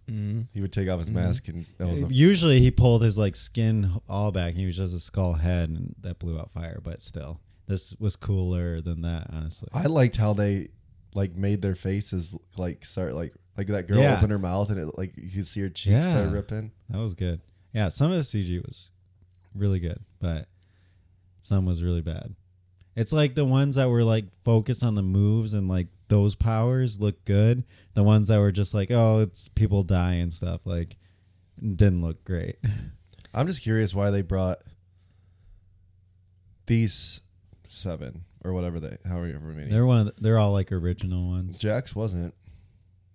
[SPEAKER 3] he would take off his mask and that was a
[SPEAKER 2] Usually he pulled his like skin all back. and He was just a skull head, and that blew out fire. But still, this was cooler than that, honestly.
[SPEAKER 3] I liked how they like made their faces like start like like that girl
[SPEAKER 2] Yeah.
[SPEAKER 3] opened her mouth and it like you could see her cheeks
[SPEAKER 2] Yeah.
[SPEAKER 3] start ripping.
[SPEAKER 2] That was good. Yeah, some of the CG was really good, but some was really bad. It's like the ones that were like focused on the moves and like those powers look good. The ones that were just like, oh, it's people die and stuff, like didn't look great.
[SPEAKER 3] I'm just curious why they brought these seven or whatever they however many.
[SPEAKER 2] They're one. Of the, they're all like original ones.
[SPEAKER 3] Jax wasn't.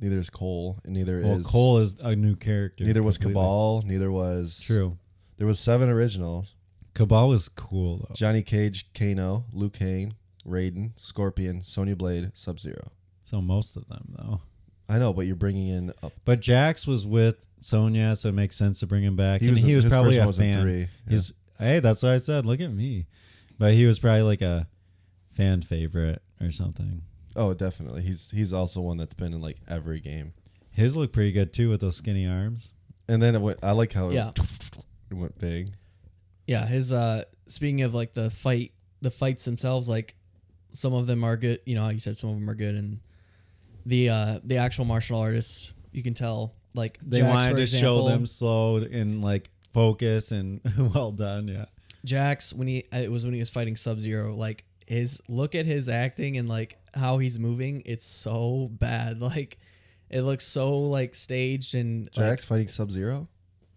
[SPEAKER 3] Neither is Cole, and neither
[SPEAKER 2] Well,
[SPEAKER 3] is
[SPEAKER 2] Cole is a new character.
[SPEAKER 3] Neither was
[SPEAKER 2] completely.
[SPEAKER 3] Cabal. Neither was
[SPEAKER 2] True.
[SPEAKER 3] There was seven originals:
[SPEAKER 2] Cabal was cool though.
[SPEAKER 3] Johnny Cage, Kano, Luke Kane, Raiden, Scorpion, Sonya Blade, Sub Zero.
[SPEAKER 2] So most of them though.
[SPEAKER 3] I know, but you're bringing in a
[SPEAKER 2] But Jax was with Sonya, so it makes sense to bring him back.
[SPEAKER 3] He
[SPEAKER 2] and
[SPEAKER 3] was-
[SPEAKER 2] he was
[SPEAKER 3] his
[SPEAKER 2] probably
[SPEAKER 3] first one
[SPEAKER 2] a
[SPEAKER 3] was a
[SPEAKER 2] fan.
[SPEAKER 3] three, yeah.
[SPEAKER 2] He's hey, that's what I said. Look at me. But he was probably like a fan favorite or something.
[SPEAKER 3] Oh, definitely. He's he's also one that's been in like every game.
[SPEAKER 2] His looked pretty good too with those skinny arms.
[SPEAKER 3] And then it went. I like how it,
[SPEAKER 1] yeah.
[SPEAKER 3] it went big.
[SPEAKER 1] Yeah, his uh speaking of like the fight the fights themselves, like some of them are good you know, how you said some of them are good and the uh the actual martial artists, you can tell like
[SPEAKER 2] They
[SPEAKER 1] Jax,
[SPEAKER 2] wanted
[SPEAKER 1] for
[SPEAKER 2] to
[SPEAKER 1] example,
[SPEAKER 2] show them slow and like focus and well done. Yeah.
[SPEAKER 1] Jax when he it was when he was fighting Sub Zero, like his look at his acting and like how he's moving, it's so bad. Like it looks so like staged and like,
[SPEAKER 3] Jax fighting Sub Zero.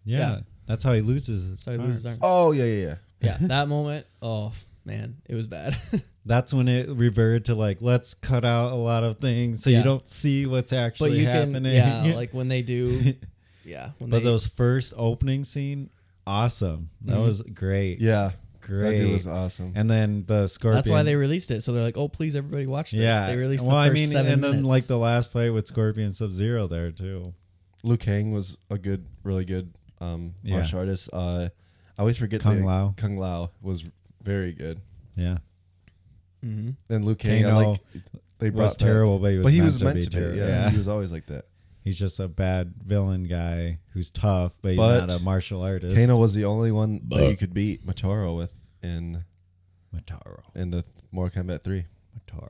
[SPEAKER 2] Yeah.
[SPEAKER 1] Yeah.
[SPEAKER 2] That's how he loses his
[SPEAKER 1] so he loses his
[SPEAKER 2] arms.
[SPEAKER 1] arm.
[SPEAKER 3] Oh yeah yeah yeah.
[SPEAKER 1] Yeah, that moment. Oh, man, it was bad.
[SPEAKER 2] That's when it reverted to like let's cut out a lot of things so
[SPEAKER 1] Yeah.
[SPEAKER 2] you don't see what's
[SPEAKER 1] but
[SPEAKER 2] actually
[SPEAKER 1] you
[SPEAKER 2] happening.
[SPEAKER 1] can, yeah, like when they do, yeah. When
[SPEAKER 2] but
[SPEAKER 1] they,
[SPEAKER 2] those first opening scene, awesome. That was great.
[SPEAKER 3] Yeah,
[SPEAKER 2] great.
[SPEAKER 3] That dude was awesome.
[SPEAKER 2] And then the scorpion.
[SPEAKER 1] that's why they released it. So they're like, oh, please, everybody watch this.
[SPEAKER 2] yeah.
[SPEAKER 1] They released
[SPEAKER 2] well,
[SPEAKER 1] the first
[SPEAKER 2] I mean,
[SPEAKER 1] seven
[SPEAKER 2] and then
[SPEAKER 1] minutes.
[SPEAKER 2] like the last fight with Scorpion Sub Zero there too.
[SPEAKER 3] Liu Kang was a good, really good um,
[SPEAKER 2] Yeah.
[SPEAKER 3] martial artist. Uh, I always forget
[SPEAKER 2] Kung
[SPEAKER 3] the-
[SPEAKER 2] Lao.
[SPEAKER 3] Kung Lao was very good.
[SPEAKER 2] Yeah,
[SPEAKER 1] Mm-hmm.
[SPEAKER 3] And Liu Kang, I
[SPEAKER 2] Kano
[SPEAKER 3] like they
[SPEAKER 2] was
[SPEAKER 3] brought that-
[SPEAKER 2] terrible, but he was meant to be
[SPEAKER 3] be.
[SPEAKER 2] terrible.
[SPEAKER 3] Yeah,
[SPEAKER 2] Yeah.
[SPEAKER 3] he was always like that.
[SPEAKER 2] he's just a bad villain guy who's tough, but he's
[SPEAKER 3] But
[SPEAKER 2] not a martial artist.
[SPEAKER 3] Kano was the only one that you could beat Macharo with in
[SPEAKER 2] Mataro,
[SPEAKER 3] in the Mortal Kombat Three.
[SPEAKER 2] Mataro.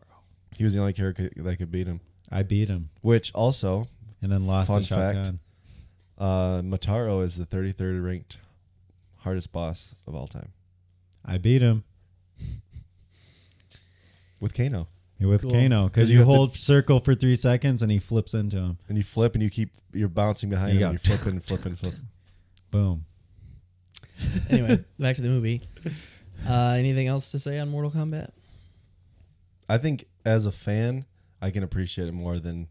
[SPEAKER 3] He was the only character that could beat him.
[SPEAKER 2] I beat him
[SPEAKER 3] Which also,
[SPEAKER 2] and then lost
[SPEAKER 3] Fun
[SPEAKER 2] a
[SPEAKER 3] fact.
[SPEAKER 2] shotgun.
[SPEAKER 3] uh, Mataro is the 33rd ranked hardest boss of all time
[SPEAKER 2] I beat him
[SPEAKER 3] with Kano.
[SPEAKER 2] with
[SPEAKER 1] Cool.
[SPEAKER 2] Kano because
[SPEAKER 3] 'Cause you
[SPEAKER 2] you
[SPEAKER 3] have to-
[SPEAKER 2] hold circle for three seconds and he flips into him.
[SPEAKER 3] And you flip and you keep you're bouncing behind
[SPEAKER 2] You
[SPEAKER 3] him.
[SPEAKER 2] got-
[SPEAKER 3] You're flipping, flipping, flipping.
[SPEAKER 2] Boom.
[SPEAKER 1] anyway, back to the movie. Uh, anything else to say on Mortal Kombat?
[SPEAKER 3] I think as a fan, I can appreciate it more than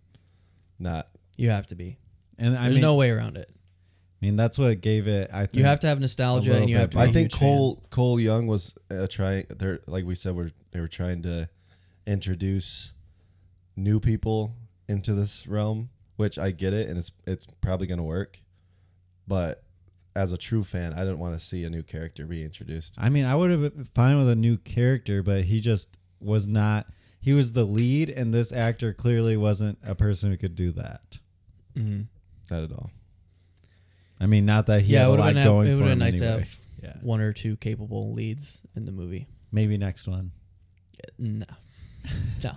[SPEAKER 3] not.
[SPEAKER 1] You have to be.
[SPEAKER 2] And I
[SPEAKER 1] There's
[SPEAKER 2] mean,
[SPEAKER 1] no way around it.
[SPEAKER 2] I mean that's what gave it. I think
[SPEAKER 1] You have to have nostalgia, and you
[SPEAKER 2] little
[SPEAKER 1] have to.
[SPEAKER 2] bit.
[SPEAKER 1] Be a
[SPEAKER 3] I
[SPEAKER 1] huge
[SPEAKER 3] think
[SPEAKER 1] fan.
[SPEAKER 3] Cole Cole Young was uh, trying. They're like we said, we're they were trying to introduce new people into this realm, which I get it, and it's it's probably going to work. But as a true fan, I didn't want to see a new character be introduced.
[SPEAKER 2] I mean, I would have been fine with a new character, but he just was not. He was the lead, and this actor clearly wasn't a person who could do that.
[SPEAKER 3] Not at all.
[SPEAKER 2] I mean, not that he
[SPEAKER 1] Yeah,
[SPEAKER 2] had
[SPEAKER 1] it
[SPEAKER 2] a
[SPEAKER 1] would've
[SPEAKER 2] lot
[SPEAKER 1] been-
[SPEAKER 2] going
[SPEAKER 1] it
[SPEAKER 2] for
[SPEAKER 1] would've
[SPEAKER 2] him
[SPEAKER 1] been nice to
[SPEAKER 2] anyway.
[SPEAKER 1] have-
[SPEAKER 2] Yeah,
[SPEAKER 1] one or two capable leads in the movie.
[SPEAKER 2] maybe next one.
[SPEAKER 1] No, no,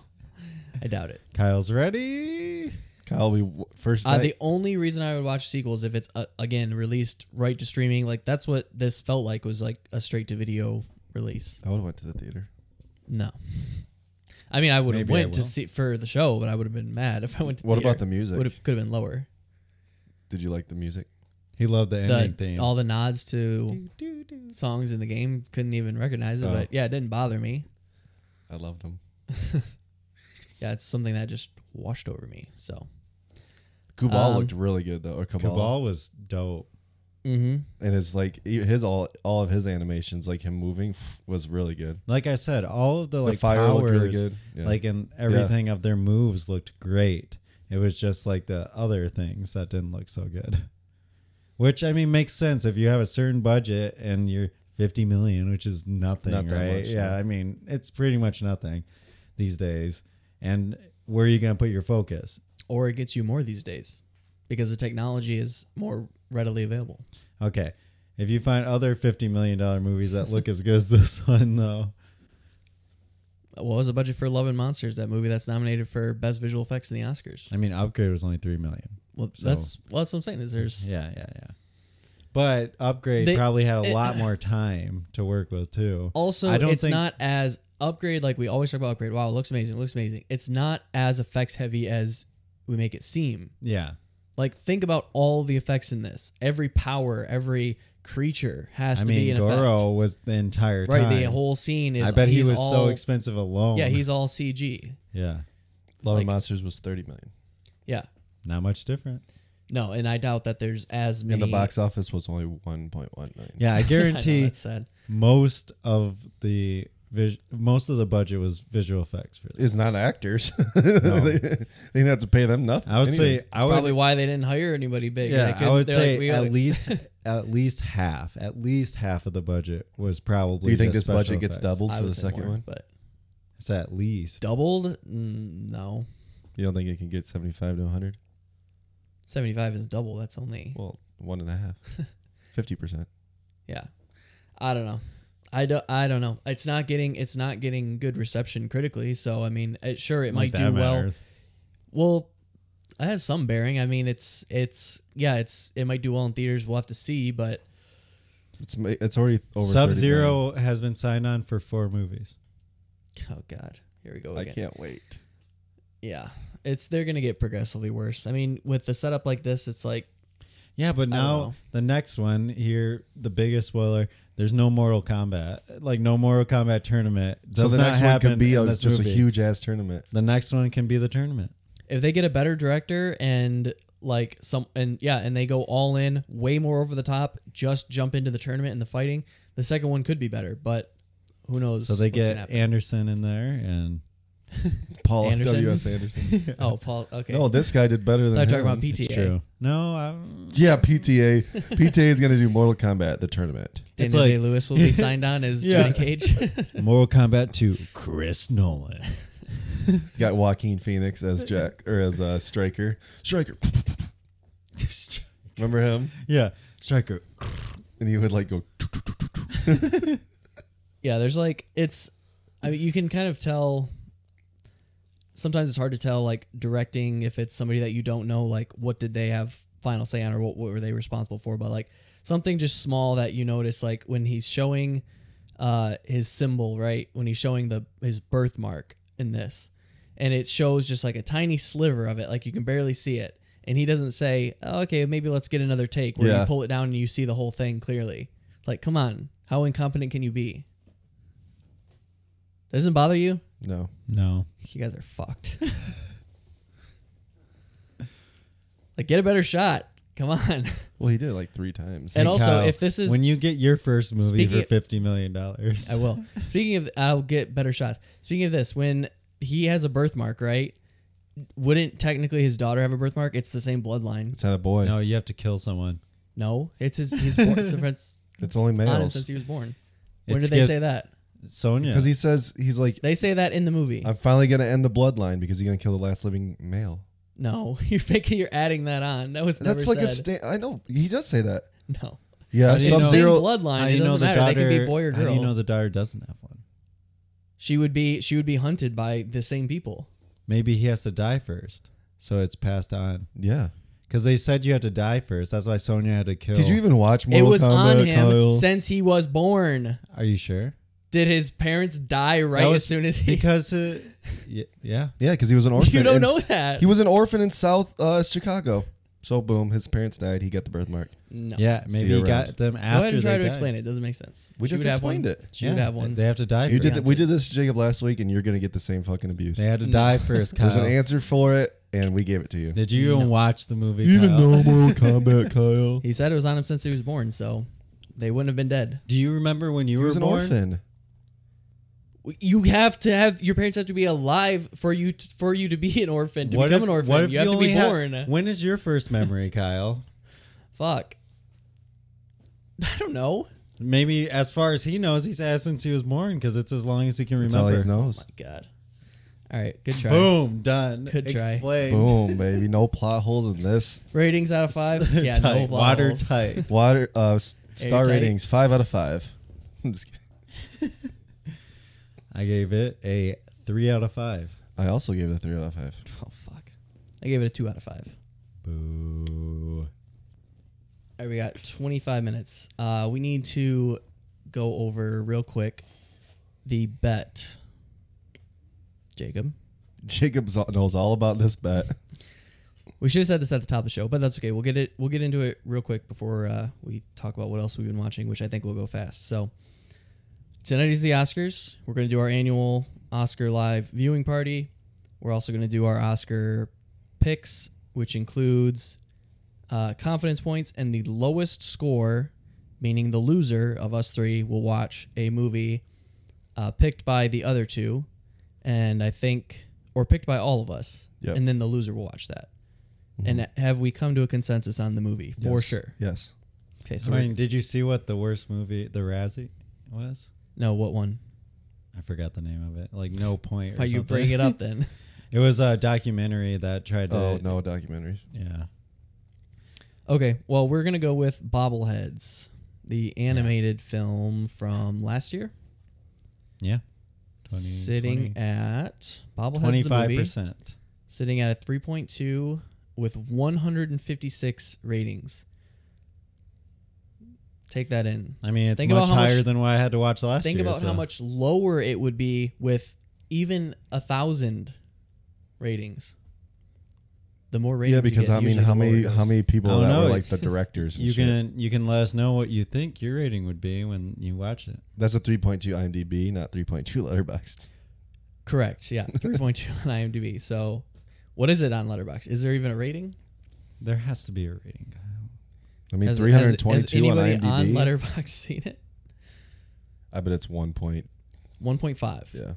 [SPEAKER 1] I doubt it.
[SPEAKER 2] Kyle's ready.
[SPEAKER 3] Kyle, we w- first
[SPEAKER 1] Uh,
[SPEAKER 3] night,
[SPEAKER 1] the only reason I would watch sequels if it's uh, again released right to streaming, like that's what this felt like was like a straight to video release.
[SPEAKER 3] I would have went to the theater.
[SPEAKER 1] No, I mean I would have
[SPEAKER 2] Maybe I
[SPEAKER 1] went to
[SPEAKER 2] will.
[SPEAKER 1] see for the show, but I would have been mad if I went to.
[SPEAKER 3] What about the music?
[SPEAKER 1] Would have could have been lower.
[SPEAKER 3] Did you like the music?
[SPEAKER 2] He loved the ending
[SPEAKER 1] The,
[SPEAKER 2] theme.
[SPEAKER 1] all the nods to songs in the game couldn't even recognize it,
[SPEAKER 3] Oh.
[SPEAKER 1] but yeah, it didn't bother me.
[SPEAKER 3] I loved them.
[SPEAKER 1] Yeah, it's something that just washed over me. So,
[SPEAKER 3] Kubal
[SPEAKER 1] Um,
[SPEAKER 3] looked really good though, or Cabal.
[SPEAKER 2] Cabal was dope.
[SPEAKER 1] mm-hmm.
[SPEAKER 3] and it's like he- his all all of his animations, like him moving, pff, was really good.
[SPEAKER 2] Like I said, all of the like
[SPEAKER 3] fire looked
[SPEAKER 2] powers,
[SPEAKER 3] really good. Yeah.
[SPEAKER 2] like and everything of their moves looked great. It was just like the other things that didn't look so good. Which I mean makes sense if you have a certain budget and you're 50 million, which is nothing,
[SPEAKER 3] Not that
[SPEAKER 2] right?
[SPEAKER 3] much,
[SPEAKER 2] yeah,
[SPEAKER 3] yeah.
[SPEAKER 2] I mean it's pretty much nothing these days. And where are you going to put your focus?
[SPEAKER 1] or it gets you more these days because the technology is more readily available.
[SPEAKER 2] Okay, if you find other 50 million dollar movies that look as good as this one, though,
[SPEAKER 1] What was the budget for Love and Monsters? That movie that's nominated for best visual effects in the Oscars.
[SPEAKER 2] I mean, Upgrade was only three million.
[SPEAKER 1] Well,
[SPEAKER 2] So-
[SPEAKER 1] that's well, that's what I'm saying. Is there's
[SPEAKER 2] Yeah, yeah, yeah. But Upgrade
[SPEAKER 1] They-
[SPEAKER 2] probably had a
[SPEAKER 1] it-
[SPEAKER 2] lot more time to work with too.
[SPEAKER 1] also
[SPEAKER 2] I don't
[SPEAKER 1] it's
[SPEAKER 2] think
[SPEAKER 1] not as upgrade like we always talk about upgrade. Wow, it looks amazing, it looks amazing. It's not as effects heavy as we make it seem.
[SPEAKER 2] Yeah,
[SPEAKER 1] Like think about all the effects in this. Every power, every creature has
[SPEAKER 2] I
[SPEAKER 1] to be
[SPEAKER 2] mean,
[SPEAKER 1] an
[SPEAKER 2] Goro was the entire
[SPEAKER 1] effect.
[SPEAKER 2] time.
[SPEAKER 1] Right, the whole scene is.
[SPEAKER 2] I bet he
[SPEAKER 1] he's
[SPEAKER 2] was so
[SPEAKER 1] all-
[SPEAKER 2] expensive alone.
[SPEAKER 1] Yeah, he's all CG.
[SPEAKER 2] yeah,
[SPEAKER 3] Love
[SPEAKER 1] like-
[SPEAKER 3] and Monsters was thirty million,
[SPEAKER 1] Yeah,
[SPEAKER 2] not much different.
[SPEAKER 1] no, and I doubt that there's as many.
[SPEAKER 3] and the box office was only one point one million.
[SPEAKER 2] Yeah, I
[SPEAKER 1] I know,
[SPEAKER 2] guarantee
[SPEAKER 1] that's sad.
[SPEAKER 2] most of the vis- most of the budget was visual effects for this.
[SPEAKER 3] it's not actors. they, they didn't have to pay them nothing.
[SPEAKER 2] I would
[SPEAKER 3] anything.
[SPEAKER 2] say I would
[SPEAKER 1] Probably why they didn't hire anybody big. They
[SPEAKER 2] yeah
[SPEAKER 1] could-
[SPEAKER 2] I would
[SPEAKER 1] they're like,
[SPEAKER 2] say
[SPEAKER 1] we-
[SPEAKER 2] at least at least half at least half of the budget was probably.
[SPEAKER 3] Do you think
[SPEAKER 2] just
[SPEAKER 3] this
[SPEAKER 2] special
[SPEAKER 3] budget gets
[SPEAKER 2] effects.
[SPEAKER 3] doubled
[SPEAKER 1] I
[SPEAKER 3] for
[SPEAKER 1] would
[SPEAKER 3] the
[SPEAKER 1] say
[SPEAKER 3] second
[SPEAKER 1] more,
[SPEAKER 3] one?
[SPEAKER 1] but
[SPEAKER 2] It's at least
[SPEAKER 1] doubled? Mm, no,
[SPEAKER 3] You don't think it can get seventy-five to hundred?
[SPEAKER 1] seventy-five is double. That's only
[SPEAKER 3] Well, one and a half. Fifty percent.
[SPEAKER 1] yeah. I don't know. I don't. I don't know. It's not getting. It's not getting good reception critically. So I mean, it, sure, it might
[SPEAKER 2] Like, that
[SPEAKER 1] do well.
[SPEAKER 2] matters.
[SPEAKER 1] Well, it has some bearing. I mean, it's it's yeah, it's it might do well in theaters. We'll have to see, but
[SPEAKER 3] It's ma- it's already over.
[SPEAKER 2] Sub Zero has been signed on for four movies.
[SPEAKER 1] oh god, here we go
[SPEAKER 3] 39.
[SPEAKER 1] again.
[SPEAKER 3] I can't wait.
[SPEAKER 1] Yeah, it's they're gonna get progressively worse. I mean, with the setup like this, it's like
[SPEAKER 2] Yeah, but now
[SPEAKER 1] know.
[SPEAKER 2] the next one here, the biggest spoiler. There's no Mortal Kombat, like no Mortal Kombat tournament.
[SPEAKER 3] So
[SPEAKER 2] Does
[SPEAKER 3] the
[SPEAKER 2] not
[SPEAKER 3] next one
[SPEAKER 2] happen
[SPEAKER 3] could be
[SPEAKER 2] in
[SPEAKER 3] a,
[SPEAKER 2] this
[SPEAKER 3] just a
[SPEAKER 2] movie.
[SPEAKER 3] huge ass tournament.
[SPEAKER 2] The next one can be the tournament.
[SPEAKER 1] If they get a better director and like some and yeah, and they go all in, way more over the top, just jump into the tournament and the fighting, the second one could be better, but who knows?
[SPEAKER 2] So they
[SPEAKER 1] what's gonna
[SPEAKER 2] get
[SPEAKER 1] happen.
[SPEAKER 2] Anderson in there, and
[SPEAKER 3] Paul
[SPEAKER 1] Anderson?
[SPEAKER 3] W. S. Anderson.
[SPEAKER 1] Oh, Paul. Okay.
[SPEAKER 3] No, this guy did better than.
[SPEAKER 1] They're talking
[SPEAKER 3] him.
[SPEAKER 1] about
[SPEAKER 2] it's
[SPEAKER 1] PTA.
[SPEAKER 2] true. No, I don't.
[SPEAKER 3] Yeah, PTA. PTA is gonna do Mortal Kombat the tournament.
[SPEAKER 1] Daniel
[SPEAKER 2] It's like-
[SPEAKER 1] Day Lewis will be signed on as
[SPEAKER 2] Yeah.
[SPEAKER 1] Johnny Cage.
[SPEAKER 2] Mortal Kombat 2, Chris Nolan.
[SPEAKER 3] Got Joaquin Phoenix as Jack or as uh, Striker. Striker. Remember him?
[SPEAKER 2] yeah, Striker.
[SPEAKER 3] And he would like go.
[SPEAKER 1] yeah, there's like it's. I mean, you can kind of tell. Sometimes it's hard to tell, like directing, if it's somebody that you don't know, like what did they have final say on, or what, what were they responsible for. But like something just small that you notice, like when he's showing uh, his symbol, right? When he's showing the his birthmark in this, and it shows just like a tiny sliver of it, like you can barely see it. And he doesn't say, oh, "Okay, maybe let's get another take," where
[SPEAKER 3] Yeah.
[SPEAKER 1] you pull it down and you see the whole thing clearly. Like, come on, how incompetent can you be? Doesn't bother you?
[SPEAKER 3] No.
[SPEAKER 2] No.
[SPEAKER 1] You guys are fucked. like, get a better shot. Come on.
[SPEAKER 3] Well, he did it like three times.
[SPEAKER 1] and
[SPEAKER 2] Hey,
[SPEAKER 1] also,
[SPEAKER 2] Kyle,
[SPEAKER 1] if this is,
[SPEAKER 2] when you get your first movie
[SPEAKER 1] Speaking
[SPEAKER 2] for fifty million dollars,
[SPEAKER 1] I will. Speaking of, I'll get better shots. Speaking of this, when he has a birthmark, right? Wouldn't technically his daughter have a birthmark? It's the same bloodline.
[SPEAKER 3] it's not a boy.
[SPEAKER 2] No, you have to kill someone.
[SPEAKER 1] No, it's his. He's born since
[SPEAKER 3] It's only
[SPEAKER 1] on him
[SPEAKER 3] males.
[SPEAKER 1] since he was born. When
[SPEAKER 2] It
[SPEAKER 1] did they
[SPEAKER 2] skipped-
[SPEAKER 1] say that?
[SPEAKER 2] Sonya.
[SPEAKER 3] Because he says he's like,
[SPEAKER 1] They say that in the movie.
[SPEAKER 3] I'm finally gonna end the bloodline because he's gonna kill the last living male.
[SPEAKER 1] no, you're making. You're adding that on. That was never
[SPEAKER 3] That's like a
[SPEAKER 1] said.
[SPEAKER 3] sta- I know he does say that.
[SPEAKER 1] no.
[SPEAKER 3] Yeah,
[SPEAKER 2] How do
[SPEAKER 1] It's
[SPEAKER 2] you
[SPEAKER 3] Sub
[SPEAKER 1] the
[SPEAKER 2] know-
[SPEAKER 1] same
[SPEAKER 3] Zero.
[SPEAKER 2] How
[SPEAKER 1] bloodline.
[SPEAKER 2] do
[SPEAKER 1] It
[SPEAKER 2] you know
[SPEAKER 1] doesn't
[SPEAKER 2] the
[SPEAKER 1] matter. they can be
[SPEAKER 2] daughter-
[SPEAKER 1] boy or
[SPEAKER 2] How
[SPEAKER 1] girl.
[SPEAKER 2] do you know the daughter doesn't have one?
[SPEAKER 1] she would be. She would be hunted by the same people.
[SPEAKER 2] Maybe he has to die first, so it's passed on.
[SPEAKER 3] Yeah.
[SPEAKER 2] Because they said you had to die first. That's why Sonya had to kill.
[SPEAKER 3] Did you even watch
[SPEAKER 1] it
[SPEAKER 3] Mortal
[SPEAKER 1] was on
[SPEAKER 3] Kombat?
[SPEAKER 1] him
[SPEAKER 3] Kyle?
[SPEAKER 1] since he was born.
[SPEAKER 2] Are you sure?
[SPEAKER 1] Did his parents die right
[SPEAKER 2] That was
[SPEAKER 1] as soon as he?
[SPEAKER 2] because uh, y- yeah.
[SPEAKER 3] yeah, because he was an orphan.
[SPEAKER 1] You don't
[SPEAKER 3] in-
[SPEAKER 1] know that.
[SPEAKER 3] He was an orphan in South uh, Chicago. So boom, his parents died. He got the birthmark.
[SPEAKER 1] no.
[SPEAKER 2] Yeah,
[SPEAKER 3] See
[SPEAKER 2] maybe
[SPEAKER 3] you
[SPEAKER 2] he
[SPEAKER 3] around.
[SPEAKER 2] got them
[SPEAKER 1] Go
[SPEAKER 2] after
[SPEAKER 1] ahead and try
[SPEAKER 2] they
[SPEAKER 1] to
[SPEAKER 2] died.
[SPEAKER 1] explain it. It doesn't make sense.
[SPEAKER 3] We just
[SPEAKER 1] would have
[SPEAKER 3] explained
[SPEAKER 1] one.
[SPEAKER 3] it.
[SPEAKER 1] She
[SPEAKER 2] Yeah,
[SPEAKER 1] would have one.
[SPEAKER 2] They have to die.
[SPEAKER 3] You
[SPEAKER 2] first.
[SPEAKER 3] did th- we did this to Jacob last week, and you're gonna get the same fucking abuse.
[SPEAKER 2] They had to die first, Kyle.
[SPEAKER 3] There's an answer for it, and we gave it to you.
[SPEAKER 2] Did you even watch the movie?
[SPEAKER 3] You
[SPEAKER 2] Kyle?
[SPEAKER 3] Mortal Kombat, Kyle.
[SPEAKER 1] He said it was on him since he was born, so they wouldn't have been dead.
[SPEAKER 2] Do you remember when you
[SPEAKER 3] He
[SPEAKER 2] were
[SPEAKER 3] was an
[SPEAKER 2] born?
[SPEAKER 3] orphan.
[SPEAKER 1] You have to have your parents have to be alive for you t- for you to be an orphan to become an orphan.
[SPEAKER 2] what if
[SPEAKER 1] you have to be
[SPEAKER 2] only had-
[SPEAKER 1] born.
[SPEAKER 2] when is your first memory, Kyle?
[SPEAKER 1] Fuck. I don't know. Oh
[SPEAKER 2] Maybe as far as he knows, he's asked since he was born because it's as long as he can
[SPEAKER 3] That's all
[SPEAKER 2] remember.
[SPEAKER 3] he knows.
[SPEAKER 1] God. All right. Good try.
[SPEAKER 2] Boom, done.
[SPEAKER 1] Could try.
[SPEAKER 2] Explained.
[SPEAKER 3] Boom, baby. No plot holes in this.
[SPEAKER 1] Ratings out of five. Yeah, no
[SPEAKER 2] Tight,
[SPEAKER 1] plot
[SPEAKER 2] water
[SPEAKER 1] holes.
[SPEAKER 2] tight.
[SPEAKER 3] Water uh, s- star
[SPEAKER 1] Airtight.
[SPEAKER 3] ratings five out of five. I'm just kidding.
[SPEAKER 2] I gave it a three out of five.
[SPEAKER 3] I also gave it a three out of five.
[SPEAKER 1] Oh fuck! I gave it a two out of five.
[SPEAKER 2] Boo.
[SPEAKER 1] All right, we got 25 minutes. Uh, we need to go over real quick the bet. Jacob,
[SPEAKER 3] Jacob zo- knows all about this bet.
[SPEAKER 1] we should have said this at the top of the show, but that's okay. We'll get it. We'll get into it real quick before uh, we talk about what else we've been watching, which I think will go fast. So tonight is the Oscars. We're going to do our annual Oscar live viewing party. We're also going to do our Oscar picks, which includes uh, confidence points, and the lowest score, meaning the loser of us three, will watch a movie uh, picked by the other two, and I think, or picked by all of us,
[SPEAKER 3] Yep.
[SPEAKER 1] and then the loser will watch that. And
[SPEAKER 2] Mm-hmm.
[SPEAKER 1] have we come to a consensus on the movie for
[SPEAKER 3] Yes.
[SPEAKER 1] sure?
[SPEAKER 3] Yes.
[SPEAKER 1] Okay, so
[SPEAKER 2] I
[SPEAKER 1] we're-
[SPEAKER 2] mean, did you see what the worst movie, the Razzie, was?
[SPEAKER 1] no, what one?
[SPEAKER 2] I forgot the name of it. Like no point. Or
[SPEAKER 1] How you
[SPEAKER 2] something.
[SPEAKER 1] bring it up then?
[SPEAKER 2] It was a documentary that tried to.
[SPEAKER 3] Oh no, documentaries.
[SPEAKER 2] Yeah.
[SPEAKER 1] Okay, well, we're gonna go with Bobbleheads, the animated film from last year,
[SPEAKER 2] Yeah. 20,
[SPEAKER 1] sitting at Bobbleheads the
[SPEAKER 2] twenty-five
[SPEAKER 1] movie.
[SPEAKER 2] percent.
[SPEAKER 1] sitting at a 3.2 with 156 ratings. Take that in.
[SPEAKER 2] I mean, it's
[SPEAKER 1] Think about
[SPEAKER 2] much
[SPEAKER 1] how much-
[SPEAKER 2] higher than what I had to watch last
[SPEAKER 1] Think
[SPEAKER 2] year.
[SPEAKER 1] about how
[SPEAKER 2] so-
[SPEAKER 1] much lower it would be with even a thousand ratings. The more ratings,
[SPEAKER 3] Yeah,
[SPEAKER 1] you
[SPEAKER 3] because
[SPEAKER 1] get,
[SPEAKER 3] I mean,
[SPEAKER 1] usually
[SPEAKER 3] how
[SPEAKER 1] the lower
[SPEAKER 3] many
[SPEAKER 1] it
[SPEAKER 3] how
[SPEAKER 1] goes.
[SPEAKER 3] many people
[SPEAKER 2] I don't
[SPEAKER 3] that
[SPEAKER 2] know.
[SPEAKER 3] were like the directors? And
[SPEAKER 2] You
[SPEAKER 3] shit?
[SPEAKER 2] can you can let us know what you think your rating would be when you watch it.
[SPEAKER 3] That's a 3.2 IMDb, not 3.2 Letterboxd.
[SPEAKER 1] Correct. Yeah, three point two on IMDb. So, what is it on Letterbox? Is there even a rating?
[SPEAKER 2] There has to be a rating, Kyle.
[SPEAKER 3] I mean,
[SPEAKER 1] Has- has-
[SPEAKER 3] 322
[SPEAKER 1] has
[SPEAKER 3] on
[SPEAKER 1] anybody
[SPEAKER 3] IMDb.
[SPEAKER 1] Letterbox seen it?
[SPEAKER 3] I bet it's one point.
[SPEAKER 1] One point five.
[SPEAKER 3] Yeah,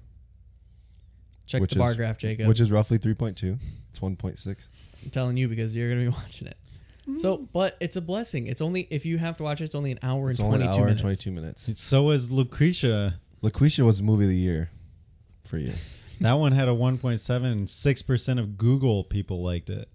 [SPEAKER 1] Check
[SPEAKER 3] which
[SPEAKER 1] the bar
[SPEAKER 3] is-
[SPEAKER 1] graph, Jacob.
[SPEAKER 3] which is roughly 3.2. It's 1.6.
[SPEAKER 1] I'm telling you because you're gonna be watching it. So, but it's a blessing. It's only if you have to watch it, it's only an hour
[SPEAKER 3] It's
[SPEAKER 1] and
[SPEAKER 3] only
[SPEAKER 1] twenty
[SPEAKER 3] an
[SPEAKER 1] two
[SPEAKER 3] hour and
[SPEAKER 1] minutes.
[SPEAKER 3] 22 minutes.
[SPEAKER 2] So is Lucretia.
[SPEAKER 3] LaQuisha was the movie of the year for you.
[SPEAKER 2] That one had a 1.7 and 6% of Google people liked it.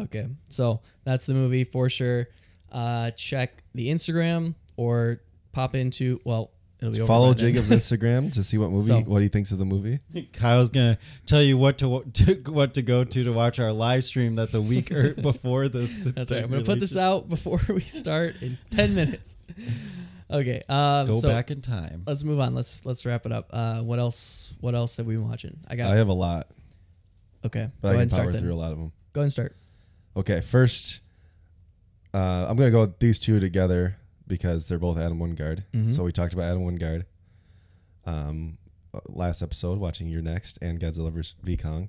[SPEAKER 1] Okay, so that's the movie for sure. Uh, check the Instagram or pop into well, it'll be over
[SPEAKER 3] Follow
[SPEAKER 1] by then.
[SPEAKER 3] Jacob's Instagram to see what movie
[SPEAKER 1] So-
[SPEAKER 3] what he thinks of the movie.
[SPEAKER 2] Kyle's going to tell you what to, to what to go to to watch our live stream that's a week or before this.
[SPEAKER 1] That's right. I'm gonna put this out before we start in ten minutes. Okay. Um,
[SPEAKER 2] Go
[SPEAKER 1] so
[SPEAKER 2] back in time.
[SPEAKER 1] Let's move on. Let's let's wrap it up. Uh, what else? What else have we been watching? I got.
[SPEAKER 3] I have a lot,
[SPEAKER 1] okay. Go
[SPEAKER 3] but
[SPEAKER 1] ahead
[SPEAKER 3] I can
[SPEAKER 1] and
[SPEAKER 3] power
[SPEAKER 1] start then.
[SPEAKER 3] through a
[SPEAKER 1] Go
[SPEAKER 3] lot of them.
[SPEAKER 1] ahead and start.
[SPEAKER 3] Okay, first, uh, I'm gonna go with these two together because they're both Adam Wingard.
[SPEAKER 1] Mm-hmm.
[SPEAKER 3] So we talked about Adam Wingard um, last episode, watching Your Next and Godzilla vs V Kong.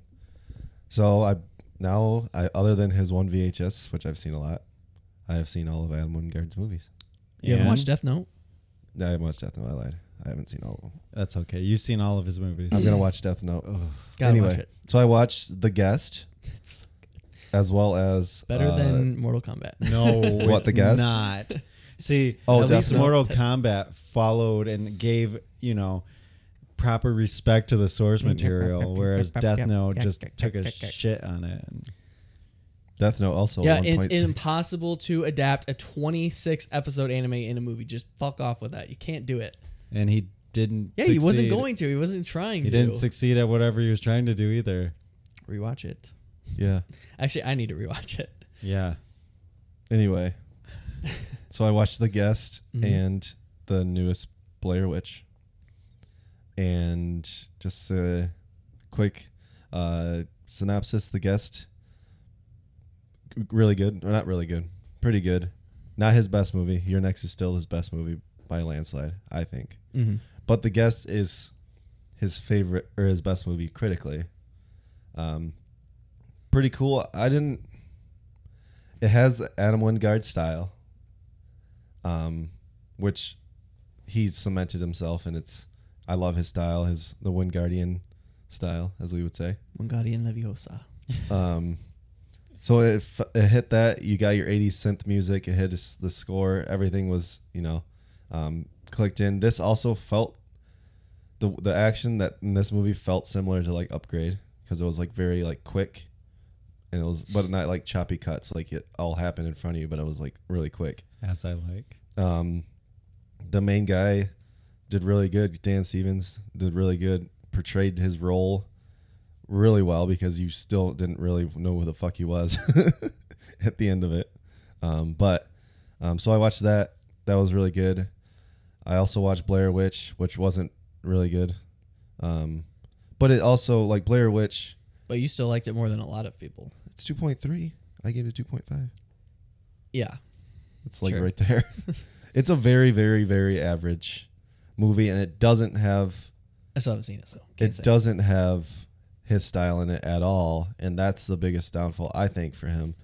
[SPEAKER 3] So I now, I, other than his one VHS, which I've seen a lot, I have seen all of Adam Wingard's movies.
[SPEAKER 1] You haven't
[SPEAKER 2] And-
[SPEAKER 1] watched Death Note?
[SPEAKER 3] I haven't watched Death Note. I lied. I haven't seen all of them.
[SPEAKER 2] That's okay. You've seen all of his movies.
[SPEAKER 3] I'm gonna watch Death Note.
[SPEAKER 1] Gotta
[SPEAKER 3] anyway,
[SPEAKER 1] watch it.
[SPEAKER 3] so I watched The Guest
[SPEAKER 1] It's
[SPEAKER 3] as well as
[SPEAKER 1] better
[SPEAKER 3] uh,
[SPEAKER 1] than Mortal Kombat.
[SPEAKER 2] No,
[SPEAKER 3] What,
[SPEAKER 2] it's
[SPEAKER 3] the guess?
[SPEAKER 2] Not. See,
[SPEAKER 3] Oh,
[SPEAKER 2] at least
[SPEAKER 3] definitely.
[SPEAKER 2] Mortal Kombat followed and gave you know proper respect to the source material, whereas Death Note just took a shit on it. And
[SPEAKER 3] Death Note. Also,
[SPEAKER 1] Yeah,
[SPEAKER 3] 1.6.
[SPEAKER 1] it's impossible to adapt a 26 episode anime in a movie. Just fuck off with that. You can't do it.
[SPEAKER 2] and he didn't.
[SPEAKER 1] Yeah, he wasn't
[SPEAKER 2] succeed.
[SPEAKER 1] going to. He wasn't trying
[SPEAKER 2] He
[SPEAKER 1] to.
[SPEAKER 2] didn't succeed at whatever he was trying to do either.
[SPEAKER 1] rewatch it.
[SPEAKER 3] Yeah.
[SPEAKER 1] Actually, I need to rewatch it.
[SPEAKER 2] Yeah.
[SPEAKER 3] Anyway, so I watched The Guest and the newest Blair Witch, and just a quick uh, synopsis: The Guest, g- really good, or not really good, pretty good. Not his best movie. Your Next is still his best movie by a landslide, I think. But The Guest is his favorite or his best movie critically. Um, pretty cool. I didn't. It has Adam Wingard style, um, which he's cemented himself, and it's I love his style, his the Wingardian style, as we would say.
[SPEAKER 1] Wingardium Leviosa.
[SPEAKER 3] Um, so if it hit that, you got your 80s synth music. It hit s- the score. Everything was you know um, clicked in. This also felt the the action that in this movie felt similar to like Upgrade because it was like very like quick, and it was but not like choppy cuts. Like it all happened in front of you, but it was like really quick.
[SPEAKER 2] As I like.
[SPEAKER 3] Um, the main guy did really good. Dan Stevens did really good. Portrayed his role really well because you still didn't really know who the fuck he was at the end of it. Um, but um, so I watched that. That was really good. I also watched Blair Witch, which wasn't really good. Um, but it also like Blair Witch.
[SPEAKER 1] But you still liked it more than a lot of people.
[SPEAKER 3] It's two point three. I gave it two point five.
[SPEAKER 1] Yeah.
[SPEAKER 3] It's like
[SPEAKER 1] Sure.
[SPEAKER 3] right there. it's a very, very, very average movie, and it doesn't have
[SPEAKER 1] I still haven't seen it, so can't
[SPEAKER 3] it
[SPEAKER 1] say.
[SPEAKER 3] doesn't have his style in it at all, and that's the biggest downfall I think for him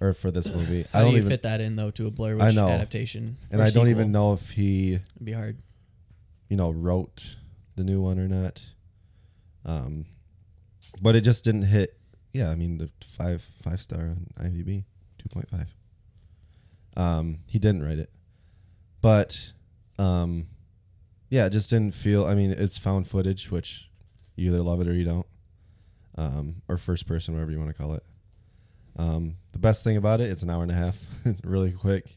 [SPEAKER 3] or for this movie.
[SPEAKER 1] How
[SPEAKER 3] I don't
[SPEAKER 1] do you
[SPEAKER 3] even
[SPEAKER 1] fit that in though to a Blair
[SPEAKER 3] I
[SPEAKER 1] Witch
[SPEAKER 3] know.
[SPEAKER 1] adaptation?
[SPEAKER 3] and
[SPEAKER 1] or
[SPEAKER 3] I
[SPEAKER 1] sequel?
[SPEAKER 3] don't even know if he
[SPEAKER 1] It'd be hard.
[SPEAKER 3] you know wrote the new one or not. Um, but it just didn't hit. Yeah, I mean the five five star on IMDb, two point five. Um, he didn't write it, but um, yeah, it just didn't feel. I mean, it's found footage, which you either love it or you don't, um, or first person, whatever you want to call it. Um, the best thing about it, it's an hour and a half. it's really quick.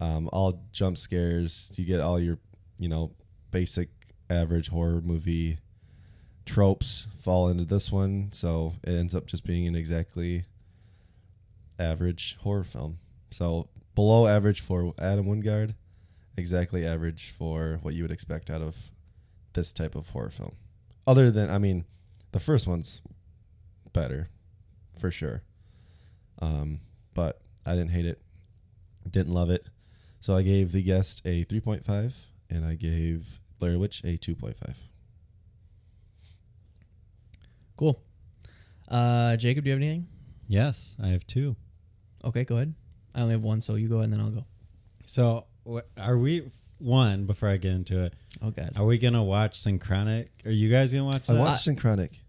[SPEAKER 3] Um, all jump scares. You get all your, you know, basic average horror movie tropes fall into this one. So it ends up just being an exactly average horror film. So below average for Adam Wingard, exactly average for what you would expect out of this type of horror film. Other than, I mean, the first one's better, for sure. Um, but I didn't hate it, didn't love it, so I gave the guest a three point five, and I gave Blair Witch a two point five.
[SPEAKER 1] Cool. Uh, Jacob, do you have anything?
[SPEAKER 2] Yes, I have two.
[SPEAKER 1] Okay, go ahead. I only have one, so you go and then I'll go.
[SPEAKER 2] So, wh- are we one before I get into it?
[SPEAKER 1] Oh God.
[SPEAKER 2] Are we gonna watch Synchronic? Are you guys gonna watch
[SPEAKER 3] I
[SPEAKER 2] that?
[SPEAKER 3] watched Synchronic.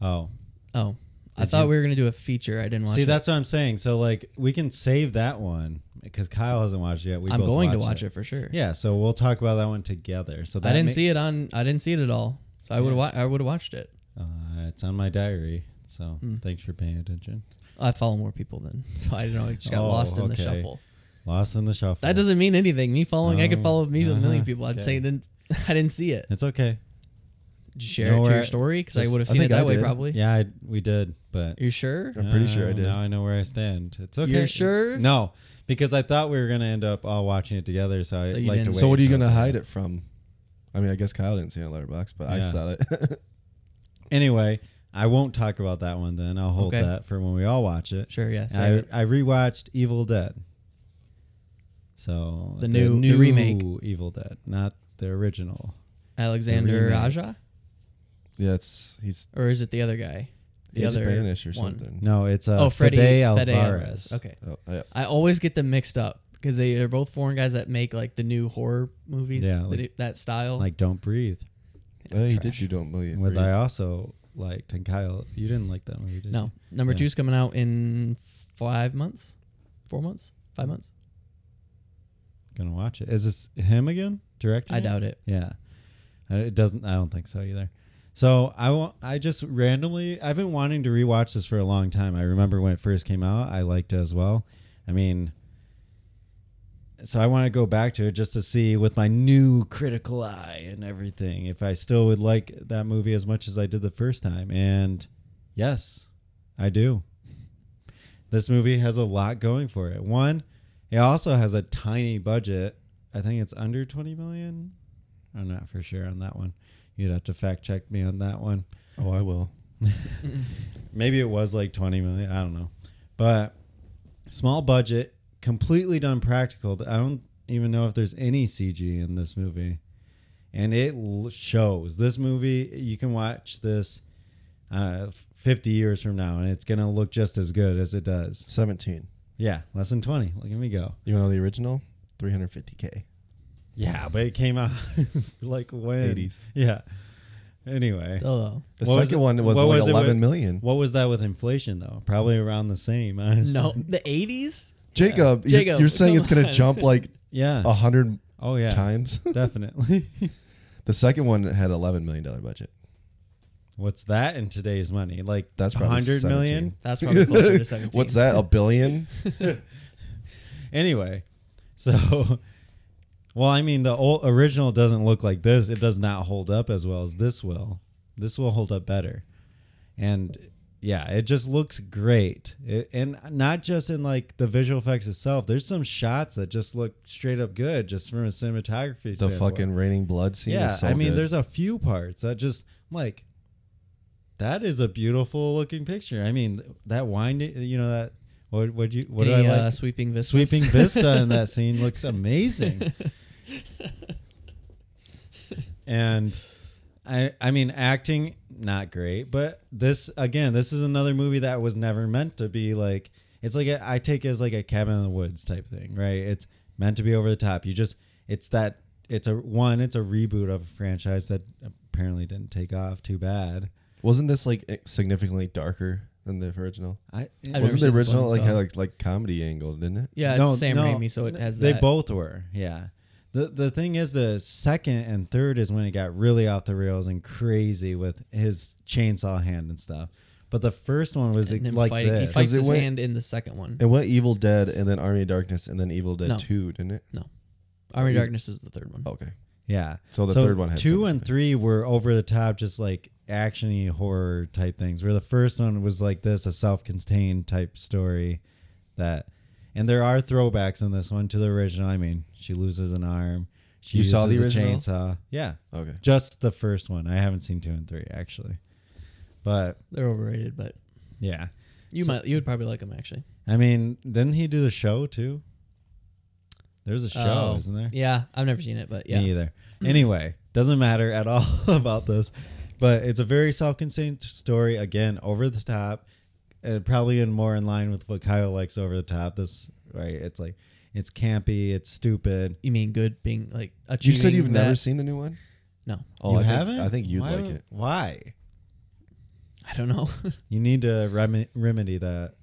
[SPEAKER 2] oh,
[SPEAKER 1] Oh, I thought we were gonna do a feature. I didn't watch.
[SPEAKER 2] see,
[SPEAKER 1] it.
[SPEAKER 2] that's what I'm saying. So, like, we can save that one because Kyle hasn't watched it yet. We
[SPEAKER 1] I'm
[SPEAKER 2] both
[SPEAKER 1] going
[SPEAKER 2] watch
[SPEAKER 1] to watch it. for sure.
[SPEAKER 2] Yeah, so we'll talk about that one together. So that
[SPEAKER 1] I didn't
[SPEAKER 2] ma-
[SPEAKER 1] see it on. I didn't see it at all. So I would wa- I would have watched it.
[SPEAKER 2] Uh, it's on my diary. So
[SPEAKER 1] Hmm.
[SPEAKER 2] thanks for paying attention.
[SPEAKER 1] I follow more people then, so I don't know. I just got
[SPEAKER 2] Oh,
[SPEAKER 1] lost in the
[SPEAKER 2] okay.
[SPEAKER 1] shuffle.
[SPEAKER 2] Lost in the shuffle.
[SPEAKER 1] That doesn't mean anything. Me following, I could
[SPEAKER 2] Oh,
[SPEAKER 1] follow me a million
[SPEAKER 2] uh-huh,
[SPEAKER 1] people. I'm
[SPEAKER 2] okay.
[SPEAKER 1] saying didn't I didn't see it.
[SPEAKER 2] It's okay.
[SPEAKER 1] Did you share it
[SPEAKER 2] know
[SPEAKER 1] to
[SPEAKER 2] where
[SPEAKER 1] your
[SPEAKER 2] I-
[SPEAKER 1] story because I
[SPEAKER 2] just-
[SPEAKER 1] would have
[SPEAKER 3] I
[SPEAKER 1] seen it
[SPEAKER 3] think I
[SPEAKER 1] that way
[SPEAKER 3] did.
[SPEAKER 1] probably.
[SPEAKER 2] Yeah, I, we did, but
[SPEAKER 1] You're sure?
[SPEAKER 3] I'm pretty sure I
[SPEAKER 2] Uh,
[SPEAKER 3] did.
[SPEAKER 2] Now I know where I stand. It's okay.
[SPEAKER 1] You're sure?
[SPEAKER 2] No, because I thought we were gonna end up all watching it together. So I
[SPEAKER 1] So
[SPEAKER 2] would
[SPEAKER 1] you
[SPEAKER 2] like to
[SPEAKER 1] didn't.
[SPEAKER 2] wait.
[SPEAKER 3] So what are you
[SPEAKER 2] until
[SPEAKER 3] gonna
[SPEAKER 2] the-
[SPEAKER 3] hide it from? I mean, I guess Kyle didn't see it on Letterboxd, but I
[SPEAKER 2] Yeah.
[SPEAKER 3] saw it.
[SPEAKER 2] Anyway, I won't talk about that one. Then I'll hold
[SPEAKER 1] Okay.
[SPEAKER 2] that for when we all watch it.
[SPEAKER 1] Sure. Yeah. save
[SPEAKER 2] I
[SPEAKER 1] it.
[SPEAKER 2] I rewatched Evil Dead. So
[SPEAKER 1] The new- the remake.
[SPEAKER 2] Evil Dead, not the original.
[SPEAKER 1] Alexander
[SPEAKER 2] remake.
[SPEAKER 1] Raja,
[SPEAKER 3] yeah, it's he's
[SPEAKER 1] or is it the other guy? The
[SPEAKER 3] he's
[SPEAKER 1] other
[SPEAKER 3] Spanish or
[SPEAKER 1] one.
[SPEAKER 3] something.
[SPEAKER 2] No, it's uh,
[SPEAKER 1] oh, Freddy
[SPEAKER 2] Fede
[SPEAKER 1] Fede
[SPEAKER 2] Alvarez.
[SPEAKER 1] Okay.
[SPEAKER 3] Oh, yeah.
[SPEAKER 1] I always get them mixed up because they are both foreign guys that make like the new horror movies.
[SPEAKER 2] Yeah,
[SPEAKER 1] the
[SPEAKER 2] like-
[SPEAKER 1] new- that style.
[SPEAKER 2] Like uh, Don't Breathe,
[SPEAKER 3] Oh, he
[SPEAKER 1] Trash.
[SPEAKER 3] did. You don't believe.
[SPEAKER 2] with
[SPEAKER 3] breathe.
[SPEAKER 2] I also liked. And Kyle, you didn't like that movie, did you?
[SPEAKER 1] no number
[SPEAKER 2] Yeah.
[SPEAKER 1] two's coming out in five months, four months, five months.
[SPEAKER 2] Gonna watch it. Is this him again? Directing?
[SPEAKER 1] I
[SPEAKER 2] it?
[SPEAKER 1] doubt it.
[SPEAKER 2] Yeah, I- it doesn't. I don't think so either. So I want. I just randomly. I've been wanting to rewatch this for a long time. I remember when it first came out. I liked it as well. I mean, so I want to go back to it just to see with my new critical eye and everything if I still would like that movie as much as I did the first time. And yes, I do. This movie has a lot going for it. One, it also has a tiny budget. I think it's under 20 million. I'm Oh, not for sure on that one. You'd have to fact check me on that one.
[SPEAKER 3] Oh, I will.
[SPEAKER 2] Maybe it was like 20 million. I don't know. But small budget, completely done practical. I don't even know if there's any CG in this movie. And it l- shows. This movie, you can watch this uh, 50 years from now, and it's going to look just as good as it does.
[SPEAKER 3] Seventeen.
[SPEAKER 2] Yeah, less than 20. Look at me go.
[SPEAKER 3] You know the original? 350k.
[SPEAKER 2] Yeah, but it came out like when?
[SPEAKER 3] 80s.
[SPEAKER 2] Yeah. Anyway.
[SPEAKER 1] Still though.
[SPEAKER 3] The
[SPEAKER 2] What was
[SPEAKER 3] second
[SPEAKER 2] it-
[SPEAKER 3] one was
[SPEAKER 2] what
[SPEAKER 3] like
[SPEAKER 2] was it with-
[SPEAKER 3] eleven million.
[SPEAKER 2] What was that with inflation though? Probably around the same. Honestly.
[SPEAKER 1] No, the eighties.
[SPEAKER 3] Jacob,
[SPEAKER 1] Yeah.
[SPEAKER 3] you're-
[SPEAKER 1] Jacob,
[SPEAKER 3] you're saying it's
[SPEAKER 1] come
[SPEAKER 3] going to
[SPEAKER 1] on.
[SPEAKER 3] jump like
[SPEAKER 2] Yeah.
[SPEAKER 3] a hundred
[SPEAKER 2] oh yeah.
[SPEAKER 3] times.
[SPEAKER 2] Definitely.
[SPEAKER 3] the second one had eleven million dollar budget.
[SPEAKER 2] What's that in today's money? Like
[SPEAKER 3] That's probably
[SPEAKER 2] hundred million.
[SPEAKER 1] That's probably closer to seventeen.
[SPEAKER 3] What's that? A billion?
[SPEAKER 2] Anyway, so well, I mean, the old original doesn't look like this. It does not hold up as well as this will. This will hold up better, and yeah, it just looks great. It, and not just in like the visual effects itself. There's some shots that just look straight up good, just from a cinematography.
[SPEAKER 3] the
[SPEAKER 2] standpoint.
[SPEAKER 3] fucking raining blood scene.
[SPEAKER 2] Yeah,
[SPEAKER 3] is so
[SPEAKER 2] I mean,
[SPEAKER 3] good.
[SPEAKER 2] there's a few parts that just I'm like that is a beautiful looking picture. I mean, that winding, you know that what would you what
[SPEAKER 1] Any,
[SPEAKER 2] do I like?
[SPEAKER 1] uh, sweeping vistas?
[SPEAKER 2] Sweeping vista in that scene looks amazing. and I I mean, acting not great, but this again, this is another movie that was never meant to be like. It's like a, I take it as like a cabin in the woods type thing, right? It's meant to be over the top. You just it's that it's a one. It's a reboot of a franchise that apparently didn't take off. Too bad.
[SPEAKER 3] wasn't this like significantly darker than the original?
[SPEAKER 2] I
[SPEAKER 1] I've never
[SPEAKER 3] Wasn't the
[SPEAKER 1] seen this
[SPEAKER 3] original
[SPEAKER 1] one,
[SPEAKER 3] like
[SPEAKER 1] so-
[SPEAKER 3] had like like comedy angle, didn't it?
[SPEAKER 1] Yeah, it's Sam Raimi, so it has
[SPEAKER 2] They
[SPEAKER 1] that.
[SPEAKER 2] both were, yeah. The the thing is, the second and third is when it got really off the rails and crazy with his chainsaw hand and stuff. But the first one was
[SPEAKER 1] and him
[SPEAKER 2] like
[SPEAKER 1] fighting. He
[SPEAKER 2] this.
[SPEAKER 1] fights
[SPEAKER 3] it
[SPEAKER 1] his
[SPEAKER 3] went-
[SPEAKER 1] hand in the second one.
[SPEAKER 3] It went Evil Dead and then Army of Darkness and then Evil Dead
[SPEAKER 1] No.
[SPEAKER 3] Two, didn't it?
[SPEAKER 1] no, Army of Darkness is the third one.
[SPEAKER 3] Okay.
[SPEAKER 2] Yeah.
[SPEAKER 3] So the third one had
[SPEAKER 2] two
[SPEAKER 3] something
[SPEAKER 2] and
[SPEAKER 3] to do.
[SPEAKER 2] three were over the top, just like actiony horror type things. Where the first one was like this, a self-contained type story, that, and there are throwbacks in this one to the original. I mean, she loses an arm. She
[SPEAKER 3] You saw the
[SPEAKER 2] uses a
[SPEAKER 3] original?
[SPEAKER 2] chainsaw. Yeah.
[SPEAKER 3] Okay.
[SPEAKER 2] Just the first one. I haven't seen two and three actually, but
[SPEAKER 1] They're overrated, but
[SPEAKER 2] yeah.
[SPEAKER 1] You might you would probably like him actually.
[SPEAKER 2] I mean, didn't he do the show too? There's a show,
[SPEAKER 1] Oh,
[SPEAKER 2] isn't there?
[SPEAKER 1] Yeah, I've never seen it, but yeah.
[SPEAKER 2] Me either. Anyway, doesn't matter at all about this, but it's a very self-contained story. Again, over the top, and probably in more in line with what Kyle likes over the top. This right? It's like it's campy, it's stupid.
[SPEAKER 1] You mean good being like
[SPEAKER 3] You
[SPEAKER 1] achieving
[SPEAKER 3] said you've never
[SPEAKER 1] that-
[SPEAKER 3] seen the new one.
[SPEAKER 1] No,
[SPEAKER 3] Oh,
[SPEAKER 2] you
[SPEAKER 3] I
[SPEAKER 2] haven't?
[SPEAKER 3] Think, I think you'd
[SPEAKER 2] Why-
[SPEAKER 3] like it.
[SPEAKER 2] Why?
[SPEAKER 1] I don't know.
[SPEAKER 2] You need to rem- remedy that.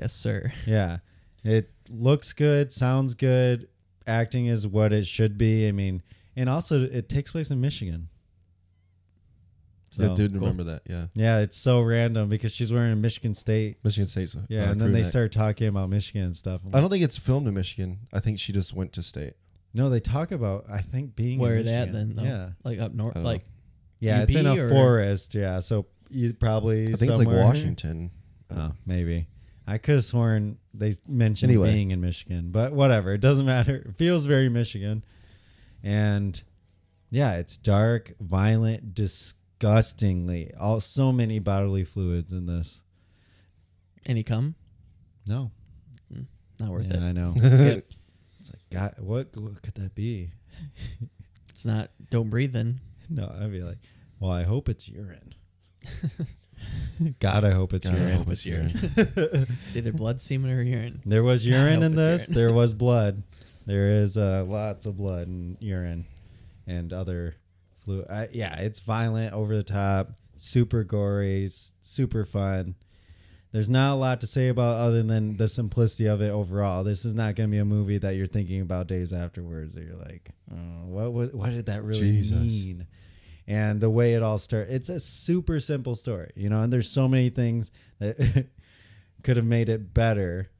[SPEAKER 1] yes, sir.
[SPEAKER 2] Yeah. It looks good, sounds good, acting is what it should be. I mean, and also it takes place in Michigan.
[SPEAKER 3] I
[SPEAKER 2] So-
[SPEAKER 3] did remember that. Yeah,
[SPEAKER 2] Yeah, it's so random because she's wearing a Michigan State.
[SPEAKER 3] Michigan State's. uh,
[SPEAKER 2] Yeah, and then
[SPEAKER 3] crew
[SPEAKER 2] they
[SPEAKER 3] neck.
[SPEAKER 2] start talking about Michigan and stuff. I'm
[SPEAKER 3] I
[SPEAKER 2] like,
[SPEAKER 3] don't think it's filmed in Michigan. I think she just went to state.
[SPEAKER 2] no, they talk about I think being in
[SPEAKER 1] Where that then?
[SPEAKER 2] Michigan.
[SPEAKER 1] Though?
[SPEAKER 2] Yeah, Oh.
[SPEAKER 1] like up north,
[SPEAKER 3] I don't know.
[SPEAKER 1] like
[SPEAKER 2] yeah, it's in
[SPEAKER 1] UP
[SPEAKER 2] a
[SPEAKER 1] or-
[SPEAKER 2] forest. Yeah, so you probably
[SPEAKER 3] I think it's like
[SPEAKER 2] somewhere-
[SPEAKER 3] Washington. I don't
[SPEAKER 2] Oh, maybe. I could have sworn they mentioned
[SPEAKER 3] Anyway.
[SPEAKER 2] being in Michigan, but whatever. It doesn't matter. It feels very Michigan. And yeah, it's dark, violent, disgustingly. All so many bodily fluids in this.
[SPEAKER 1] any come,
[SPEAKER 2] No.
[SPEAKER 1] not worth
[SPEAKER 2] Yeah, I
[SPEAKER 1] it.
[SPEAKER 2] know.
[SPEAKER 1] Skip.
[SPEAKER 2] it's like God what, what could that be?
[SPEAKER 1] It's not. Don't breathe. Then
[SPEAKER 2] No, I'd be like, Well, I hope it's urine. God, I hope it's
[SPEAKER 3] God, I
[SPEAKER 2] urine.
[SPEAKER 3] hope it's urine.
[SPEAKER 1] it's either blood, semen, or urine.
[SPEAKER 2] There was
[SPEAKER 1] hope
[SPEAKER 2] urine in
[SPEAKER 1] it's
[SPEAKER 2] this.
[SPEAKER 1] urine.
[SPEAKER 2] There was blood. There is uh, lots of blood and urine and other fluid. I, yeah, it's violent, over the top, super gory, s- super fun. There's not a lot to say about other than the simplicity of it overall. This is not going to be a movie that you're thinking about days afterwards. That you're like, oh, what was, what did that really
[SPEAKER 3] Jesus.
[SPEAKER 2] mean? And the way it all starts, it's a super simple story, you know. And there's so many things that could have made it better,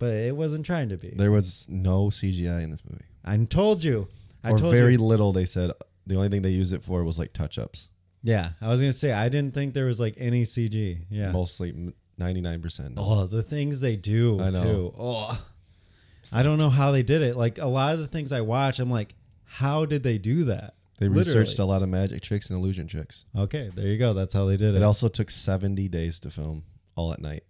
[SPEAKER 2] but it wasn't trying to be.
[SPEAKER 3] There was no CGI in this movie,
[SPEAKER 2] I told you. I
[SPEAKER 3] or
[SPEAKER 2] told
[SPEAKER 3] very
[SPEAKER 2] you.
[SPEAKER 3] little. They said the only thing they used it for was like touch ups.
[SPEAKER 2] Yeah, I was gonna say I didn't think there was like any CG. Yeah.
[SPEAKER 3] Mostly ninety nine percent.
[SPEAKER 2] Oh, the things they do
[SPEAKER 3] I know.
[SPEAKER 2] too. Oh, I don't know how they did it. Like a lot of the things I watch, I'm like, how did they do that?
[SPEAKER 3] They
[SPEAKER 2] Literally.
[SPEAKER 3] researched a lot of magic tricks and illusion tricks.
[SPEAKER 2] Okay, there you go. That's how they did it.
[SPEAKER 3] It also took seventy days to film all at night.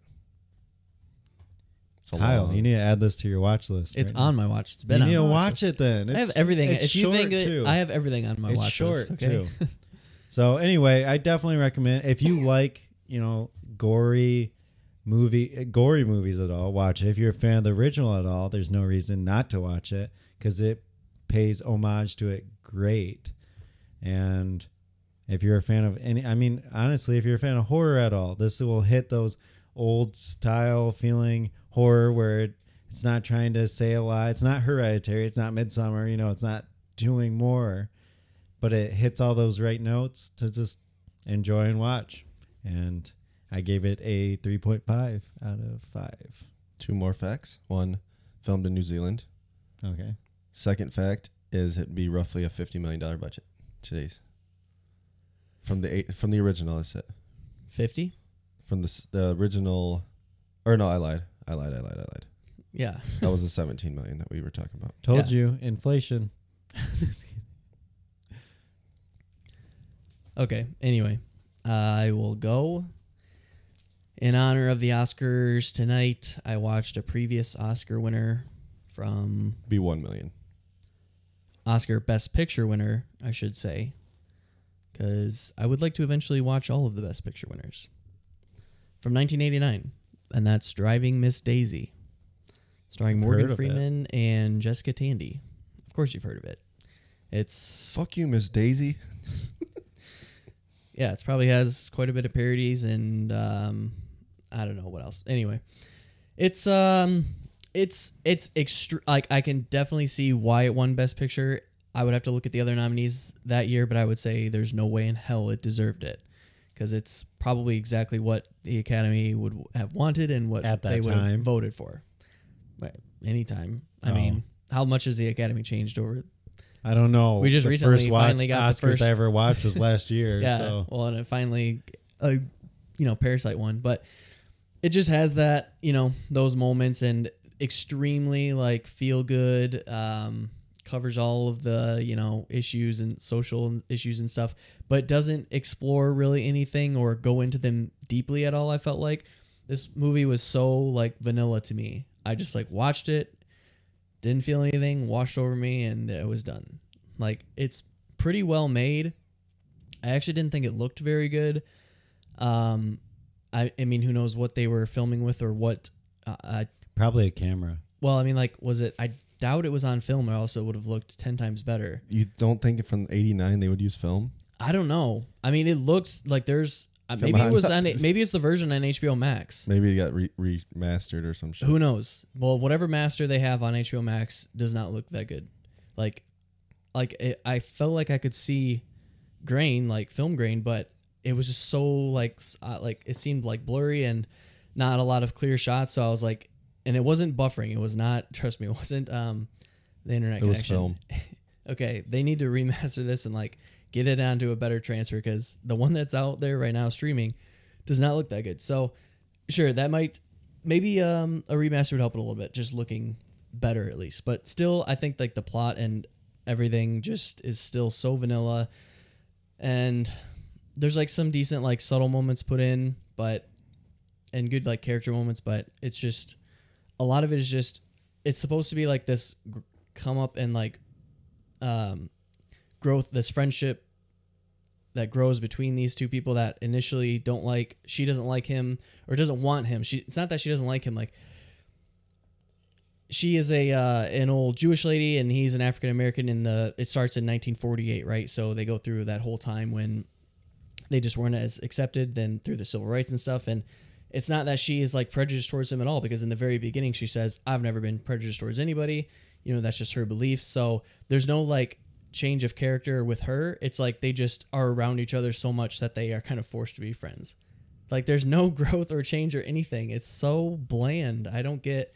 [SPEAKER 3] It's a
[SPEAKER 2] Kyle,
[SPEAKER 3] long-
[SPEAKER 2] you need to add this to your watch list.
[SPEAKER 1] It's
[SPEAKER 2] right
[SPEAKER 1] on my watch. It's
[SPEAKER 2] now.
[SPEAKER 1] been.
[SPEAKER 2] You
[SPEAKER 1] on
[SPEAKER 2] need to
[SPEAKER 1] my
[SPEAKER 2] watch it then.
[SPEAKER 1] I have
[SPEAKER 2] It's-
[SPEAKER 1] everything.
[SPEAKER 2] It's
[SPEAKER 1] if you
[SPEAKER 2] short
[SPEAKER 1] think that
[SPEAKER 2] too.
[SPEAKER 1] I have everything on my
[SPEAKER 2] it's
[SPEAKER 1] watch
[SPEAKER 2] short
[SPEAKER 1] list, okay?
[SPEAKER 2] too. so anyway, I definitely recommend if you like you know gory movie eh, gory movies at all, watch it. If you're a fan of the original at all, there's no reason not to watch it because it pays homage to it great. And if you're a fan of any, I mean, honestly, if you're a fan of horror at all, this will hit those old style feeling horror where it, it's not trying to say a lot. It's not hereditary. It's not midsummer. You know, it's not doing more, but it hits all those right notes to just enjoy and watch. And I gave it a 3.5 out of 5.
[SPEAKER 3] two more facts. One, filmed in New Zealand.
[SPEAKER 2] Okay.
[SPEAKER 3] Second fact is it'd be roughly a fifty million dollar budget today's. From the eight, from the original, I said.
[SPEAKER 1] Fifty.
[SPEAKER 3] from the s- the original, or no, I lied, I lied, I lied, I lied.
[SPEAKER 1] Yeah.
[SPEAKER 3] That was the 17 million that we were talking about.
[SPEAKER 2] Told
[SPEAKER 1] Yeah.
[SPEAKER 2] you, inflation. Just kidding.
[SPEAKER 1] Okay. Anyway, I will go. In honor of the Oscars tonight, I watched a previous Oscar winner from
[SPEAKER 3] Be one million.
[SPEAKER 1] Oscar Best Picture winner, I should say, because I would like to eventually watch all of the Best Picture winners from 1989, and that's Driving Miss Daisy, starring
[SPEAKER 2] I've heard
[SPEAKER 1] Morgan
[SPEAKER 2] of it.
[SPEAKER 1] Freeman and Jessica Tandy. Of course, you've heard of it. It's
[SPEAKER 3] Fuck you, Miss Daisy.
[SPEAKER 1] yeah, it's probably has quite a bit of parodies and um, I don't know what else. Anyway, it's um, it's it's extra. Like I can definitely see why it won Best Picture. I would have to look at the other nominees that year, but I would say there's no way in hell it deserved it because it's probably exactly what the Academy would have wanted and what
[SPEAKER 2] At that
[SPEAKER 1] they would have
[SPEAKER 2] time.
[SPEAKER 1] voted for. But anytime, I
[SPEAKER 2] Oh.
[SPEAKER 1] mean, how much has the Academy changed over
[SPEAKER 2] I don't know.
[SPEAKER 1] We just
[SPEAKER 2] The
[SPEAKER 1] recently
[SPEAKER 2] first watch-
[SPEAKER 1] finally got
[SPEAKER 2] Oscars
[SPEAKER 1] the first-
[SPEAKER 2] I ever watched was last year.
[SPEAKER 1] Yeah.
[SPEAKER 2] So
[SPEAKER 1] Well, and it finally, a you know, Parasite one, but it just has that you know those moments and extremely like feel good. Um, covers all of the you know issues and social issues and stuff, but doesn't explore really anything or go into them deeply at all. I felt like this movie was so like vanilla to me. I just like watched it, didn't feel anything, washed over me, and it was done. Like it's pretty well made. I actually didn't think it looked very good. Um, I I mean, who knows what they were filming with or what. Uh, I,
[SPEAKER 2] Probably a camera.
[SPEAKER 1] well, I mean, like, was it? I doubt it was on film, or else it would have looked ten times better.
[SPEAKER 3] You don't think from '89 they would use film?
[SPEAKER 1] I don't know. I mean, it looks like there's uh, maybe
[SPEAKER 3] on.
[SPEAKER 1] it was on maybe it's the version on HBO Max.
[SPEAKER 3] Maybe it got re- remastered or some shit.
[SPEAKER 1] Who knows? Well, whatever master they have on HBO Max does not look that good. Like, like it, I felt like I could see grain, like film grain, but it was just so like s- uh, like it seemed like blurry and not a lot of clear shots. So I was like, and it wasn't buffering. It was not. Trust me, it wasn't. Um, the internet
[SPEAKER 3] It was
[SPEAKER 1] connection.
[SPEAKER 3] film.
[SPEAKER 1] okay, they need to remaster this and like get it onto a better transfer because the one that's out there right now streaming does not look that good. So sure, that might maybe um, a remaster would help it a little bit, just looking better at least. But still, I think like the plot and everything just is still so vanilla, and there's like some decent like subtle moments put in, but and good like character moments, but it's just a lot of it is just it's supposed to be like this gr- come up and like um, growth, this friendship that grows between these two people that initially don't like, she doesn't like him or doesn't want him. She, it's not that she doesn't like him. Like she is a, uh, an old Jewish lady and he's an African American in the, it starts in 1948, right? So they go through that whole time when they just weren't as accepted then through the civil rights and stuff. And it's not that she is like prejudiced towards him at all, because in the very beginning she says, I've never been prejudiced towards anybody. You know, that's just her beliefs. So there's no like change of character with her. It's like they just are around each other so much that they are kind of forced to be friends. Like there's no growth or change or anything. It's so bland. I don't get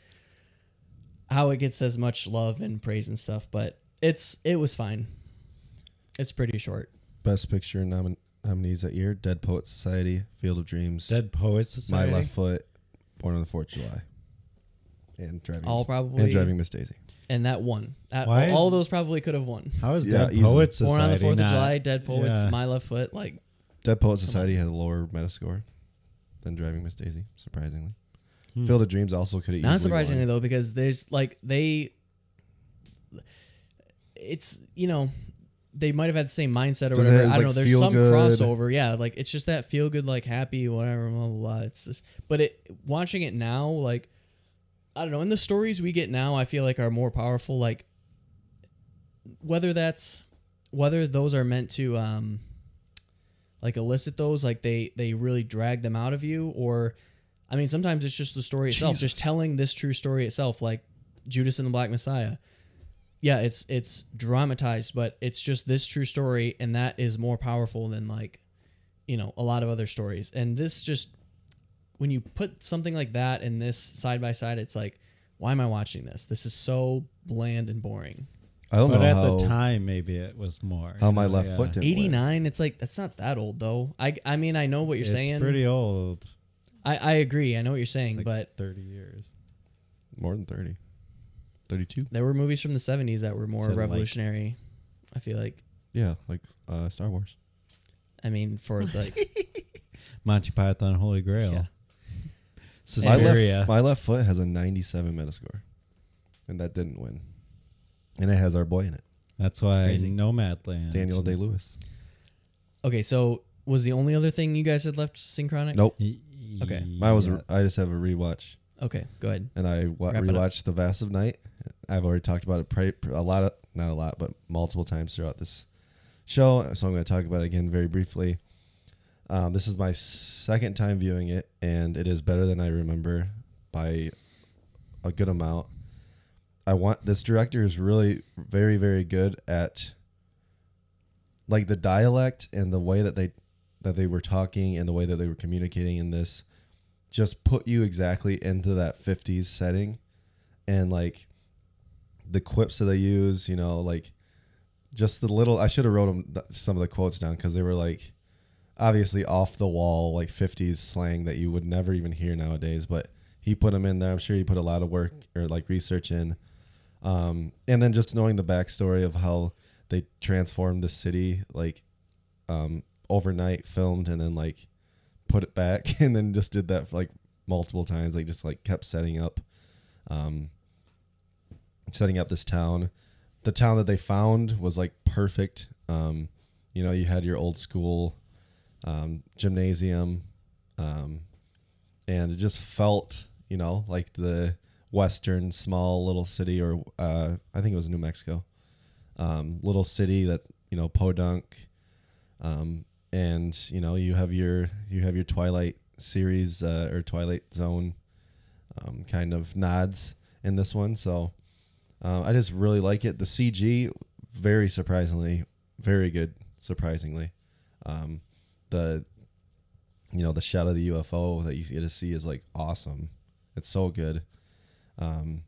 [SPEAKER 1] how it gets as much love and praise and stuff, but it's it was fine. It's pretty short.
[SPEAKER 3] Best Picture nomin- nominees that year: Dead Poet Society, Field of Dreams,
[SPEAKER 2] Dead Poets
[SPEAKER 3] My
[SPEAKER 2] Society.
[SPEAKER 3] Left Foot, Born on the Fourth of July, and driving
[SPEAKER 1] All
[SPEAKER 3] Miss-
[SPEAKER 1] probably-
[SPEAKER 3] and driving Miss Daisy.
[SPEAKER 1] and that won. That,
[SPEAKER 2] Why is-
[SPEAKER 1] all those probably could have won.
[SPEAKER 2] How is
[SPEAKER 3] Yeah,
[SPEAKER 2] Dead
[SPEAKER 3] easily.
[SPEAKER 2] Poets
[SPEAKER 1] Born
[SPEAKER 2] Society?
[SPEAKER 1] on the Fourth of
[SPEAKER 2] not-
[SPEAKER 1] July, Dead Poets,
[SPEAKER 2] Yeah.
[SPEAKER 1] My Left Foot, like
[SPEAKER 3] Dead Poet Society had a lower Metascore than Driving Miss Daisy, surprisingly.
[SPEAKER 2] Hmm.
[SPEAKER 3] Field of Dreams also could have
[SPEAKER 1] not
[SPEAKER 3] easily
[SPEAKER 1] surprisingly
[SPEAKER 3] won.
[SPEAKER 1] though, because there's like they, it's you know, they might have had the same mindset or
[SPEAKER 3] 'Cause it
[SPEAKER 1] whatever. I
[SPEAKER 3] has,
[SPEAKER 1] don't
[SPEAKER 3] like,
[SPEAKER 1] know. There's
[SPEAKER 3] feel
[SPEAKER 1] some
[SPEAKER 3] good.
[SPEAKER 1] crossover, yeah. Like it's just that feel good, like happy, whatever, blah blah. blah. It's just, but it watching it now, like I don't know. And the stories we get now, I feel like are more powerful. Like whether that's whether those are meant to um like elicit those like they they really drag them out of you or i mean sometimes it's just the story itself just telling this true story itself like judas and the black messiah yeah it's it's dramatized but it's just this true story and that is more powerful than like you know a lot of other stories and this just when you put something like that and this side by side it's like why am i watching this this is so bland and boring
[SPEAKER 3] I don't
[SPEAKER 2] But
[SPEAKER 3] know
[SPEAKER 2] at
[SPEAKER 3] how,
[SPEAKER 2] the time, maybe it was more.
[SPEAKER 3] how
[SPEAKER 2] you
[SPEAKER 3] my
[SPEAKER 2] know,
[SPEAKER 3] left
[SPEAKER 2] yeah.
[SPEAKER 3] foot didn't win.
[SPEAKER 1] 89 it's like that's not that old though i i mean i know what you're
[SPEAKER 2] It's
[SPEAKER 1] saying
[SPEAKER 2] pretty old.
[SPEAKER 1] I, I agree i know what you're
[SPEAKER 2] It's
[SPEAKER 1] saying
[SPEAKER 2] like
[SPEAKER 1] but
[SPEAKER 2] 30 years.
[SPEAKER 3] More than 30. 32?
[SPEAKER 1] there were movies from the 70s that were more
[SPEAKER 2] Said like-
[SPEAKER 1] revolutionary i feel like
[SPEAKER 3] Yeah, like uh, Star Wars.
[SPEAKER 1] i mean for like
[SPEAKER 2] Monty Python, Holy Grail.
[SPEAKER 1] Yeah.
[SPEAKER 3] My
[SPEAKER 2] Suspiria.
[SPEAKER 3] left, my left foot has a 97 Metascore, and that didn't win. And it has our boy in it,
[SPEAKER 2] That's why
[SPEAKER 1] Crazy.
[SPEAKER 2] Nomadland.
[SPEAKER 3] Daniel Day Lewis.
[SPEAKER 1] okay so was the only other thing you guys had left synchronic
[SPEAKER 3] Nope.
[SPEAKER 1] Okay.
[SPEAKER 3] Mine was. a- I just have a rewatch,
[SPEAKER 1] okay go ahead
[SPEAKER 3] and I wa-
[SPEAKER 1] Wrap it up.
[SPEAKER 3] rewatched The Vast of Night. I've already talked about it pre- a lot, of, not a lot, but multiple times throughout this show. So I'm going to talk about it again very briefly. Um, this is my second time viewing it, and it is better than I remember by a good amount. I want this director is really very very good at like the dialect and the way that they that they were talking and the way that they were communicating in this just put you exactly into that 50s setting and like the quips that they use, you know, like just the little I should have wrote 'em th- some of the quotes down cuz they were like obviously off the wall like 50s slang that you would never even hear nowadays, but he put them in there. I'm sure he put a lot of work or like research in. Um, and then just knowing the backstory of how they transformed the city like um, overnight filmed and then like put it back and then just did that for like multiple times. Like just like kept setting up, um, setting up this town. The town that they found was like perfect. Um, you know, you had your old school um, gymnasium, um, and it just felt, you know, like the western small little city, or uh, I think it was New Mexico, um, little city that you know Podunk, um, and you know you have your you have your Twilight series uh, or Twilight Zone um, kind of nods in this one. So uh, I just really like it. The CG, very surprisingly, very good. Surprisingly, um, the you know the shot of the UFO that you get to see is like awesome. It's so good. Um,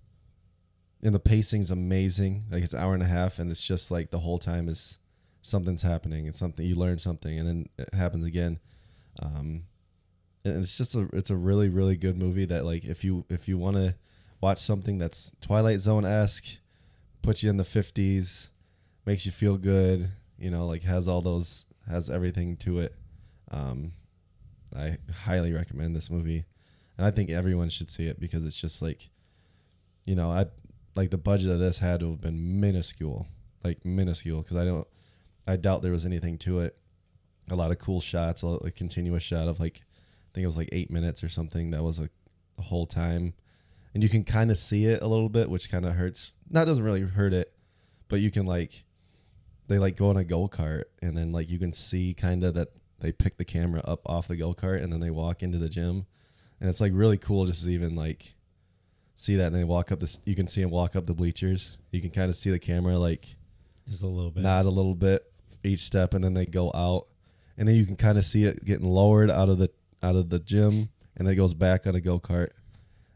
[SPEAKER 3] and the pacing's amazing. Like it's an hour and a half, and it's just like the whole time is something's happening. It's something you learn something, and then it happens again. Um, and it's just a it's a really really good movie that like if you if you want to watch something that's Twilight Zone esque, puts you in the fifties, makes you feel good. You know, like has all those has everything to it. Um, I highly recommend this movie, and I think everyone should see it because it's just like, you know, I like the budget of this had to have been minuscule, like minuscule, because I don't, I doubt there was anything to it. A lot of cool shots, a, a continuous shot of like, I think it was like eight minutes or something. That was a, a whole time, and you can kind of see it a little bit, which kind of hurts. Not doesn't really hurt it, but you can like they like go on a go kart and then like you can see kind of that they pick the camera up off the go kart and then they walk into the gym, and it's like really cool just to even like see that and they walk up this. You can see them walk up the bleachers. You can kind of see the camera like
[SPEAKER 2] Just a little bit.
[SPEAKER 3] nod a little bit each step, and then they go out, and then you can kind of see it getting lowered out of the out of the gym, and then it goes back on a go kart,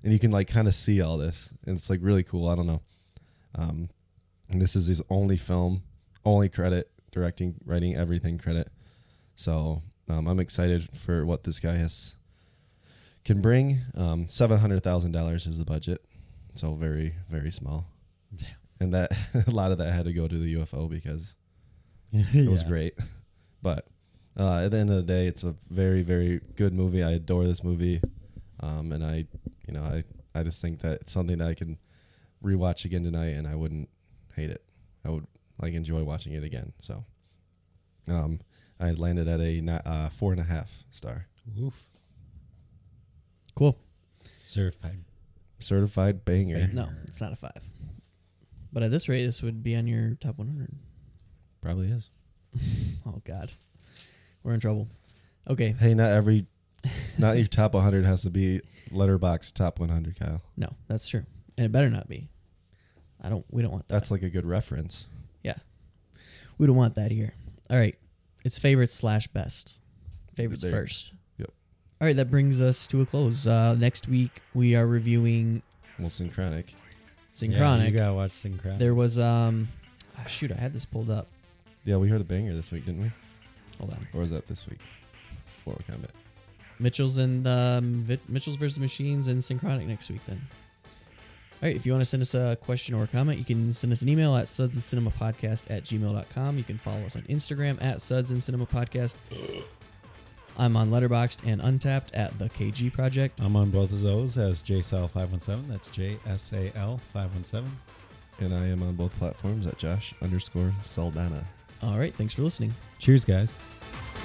[SPEAKER 3] and you can like kind of see all this, and it's like really cool. I don't know. Um, and this is his only film, only credit, directing, writing, everything credit. So um, I'm excited for what this guy has can bring. Um, Seven hundred thousand dollars is the budget, so very very small. And that a lot of that had to go to the UFO because it was great. But uh, at the end of the day, it's a very, very good movie. I adore this movie, um, and I, you know, I, I just think that it's something that I can rewatch again tonight, and I wouldn't hate it. I would like enjoy watching it again. So, um, I landed at a ni- uh, four and a half star,
[SPEAKER 2] Oof.
[SPEAKER 1] Cool.
[SPEAKER 2] Certified.
[SPEAKER 3] certified banger,
[SPEAKER 1] No, it's not a five. But at this rate, this would be on your top 100.
[SPEAKER 3] probably is.
[SPEAKER 1] Oh God, we're in trouble. Okay,
[SPEAKER 3] Hey, not every, not your top 100 has to be letterbox top 100, Kyle.
[SPEAKER 1] no, that's true, and it better not be. I don't. We don't want that.
[SPEAKER 3] That's like a good reference.
[SPEAKER 1] Yeah, we don't want that here. All right, it's favorite slash best. Favorites
[SPEAKER 3] There.
[SPEAKER 1] first.
[SPEAKER 3] Yep.
[SPEAKER 1] All right, that brings us to a close. Uh, next week we are reviewing
[SPEAKER 3] Wilson Chronic.
[SPEAKER 2] Yeah, you
[SPEAKER 1] Synchronic.
[SPEAKER 2] gotta watch Synchronic.
[SPEAKER 1] there was um, ah, shoot, I had this pulled up.
[SPEAKER 3] Yeah, we heard a banger this week, didn't we?
[SPEAKER 1] Hold on.
[SPEAKER 3] Or was that this week? What we kind of
[SPEAKER 1] Mitchell's and um, Vi- Mitchell's versus Machines and Synchronic next week. Then, all right. If you want to send us a question or a comment, you can send us an email at suds and cinema podcast at gmail.com. You can follow us on Instagram at suds and cinema podcast. I'm on Letterboxd and Untapped at the KG Project.
[SPEAKER 2] I'm on both of those as JSAL517. That's J S A L 517.
[SPEAKER 3] And I am on both platforms at Josh underscore Saldana.
[SPEAKER 1] All right. Thanks for listening.
[SPEAKER 2] Cheers, guys.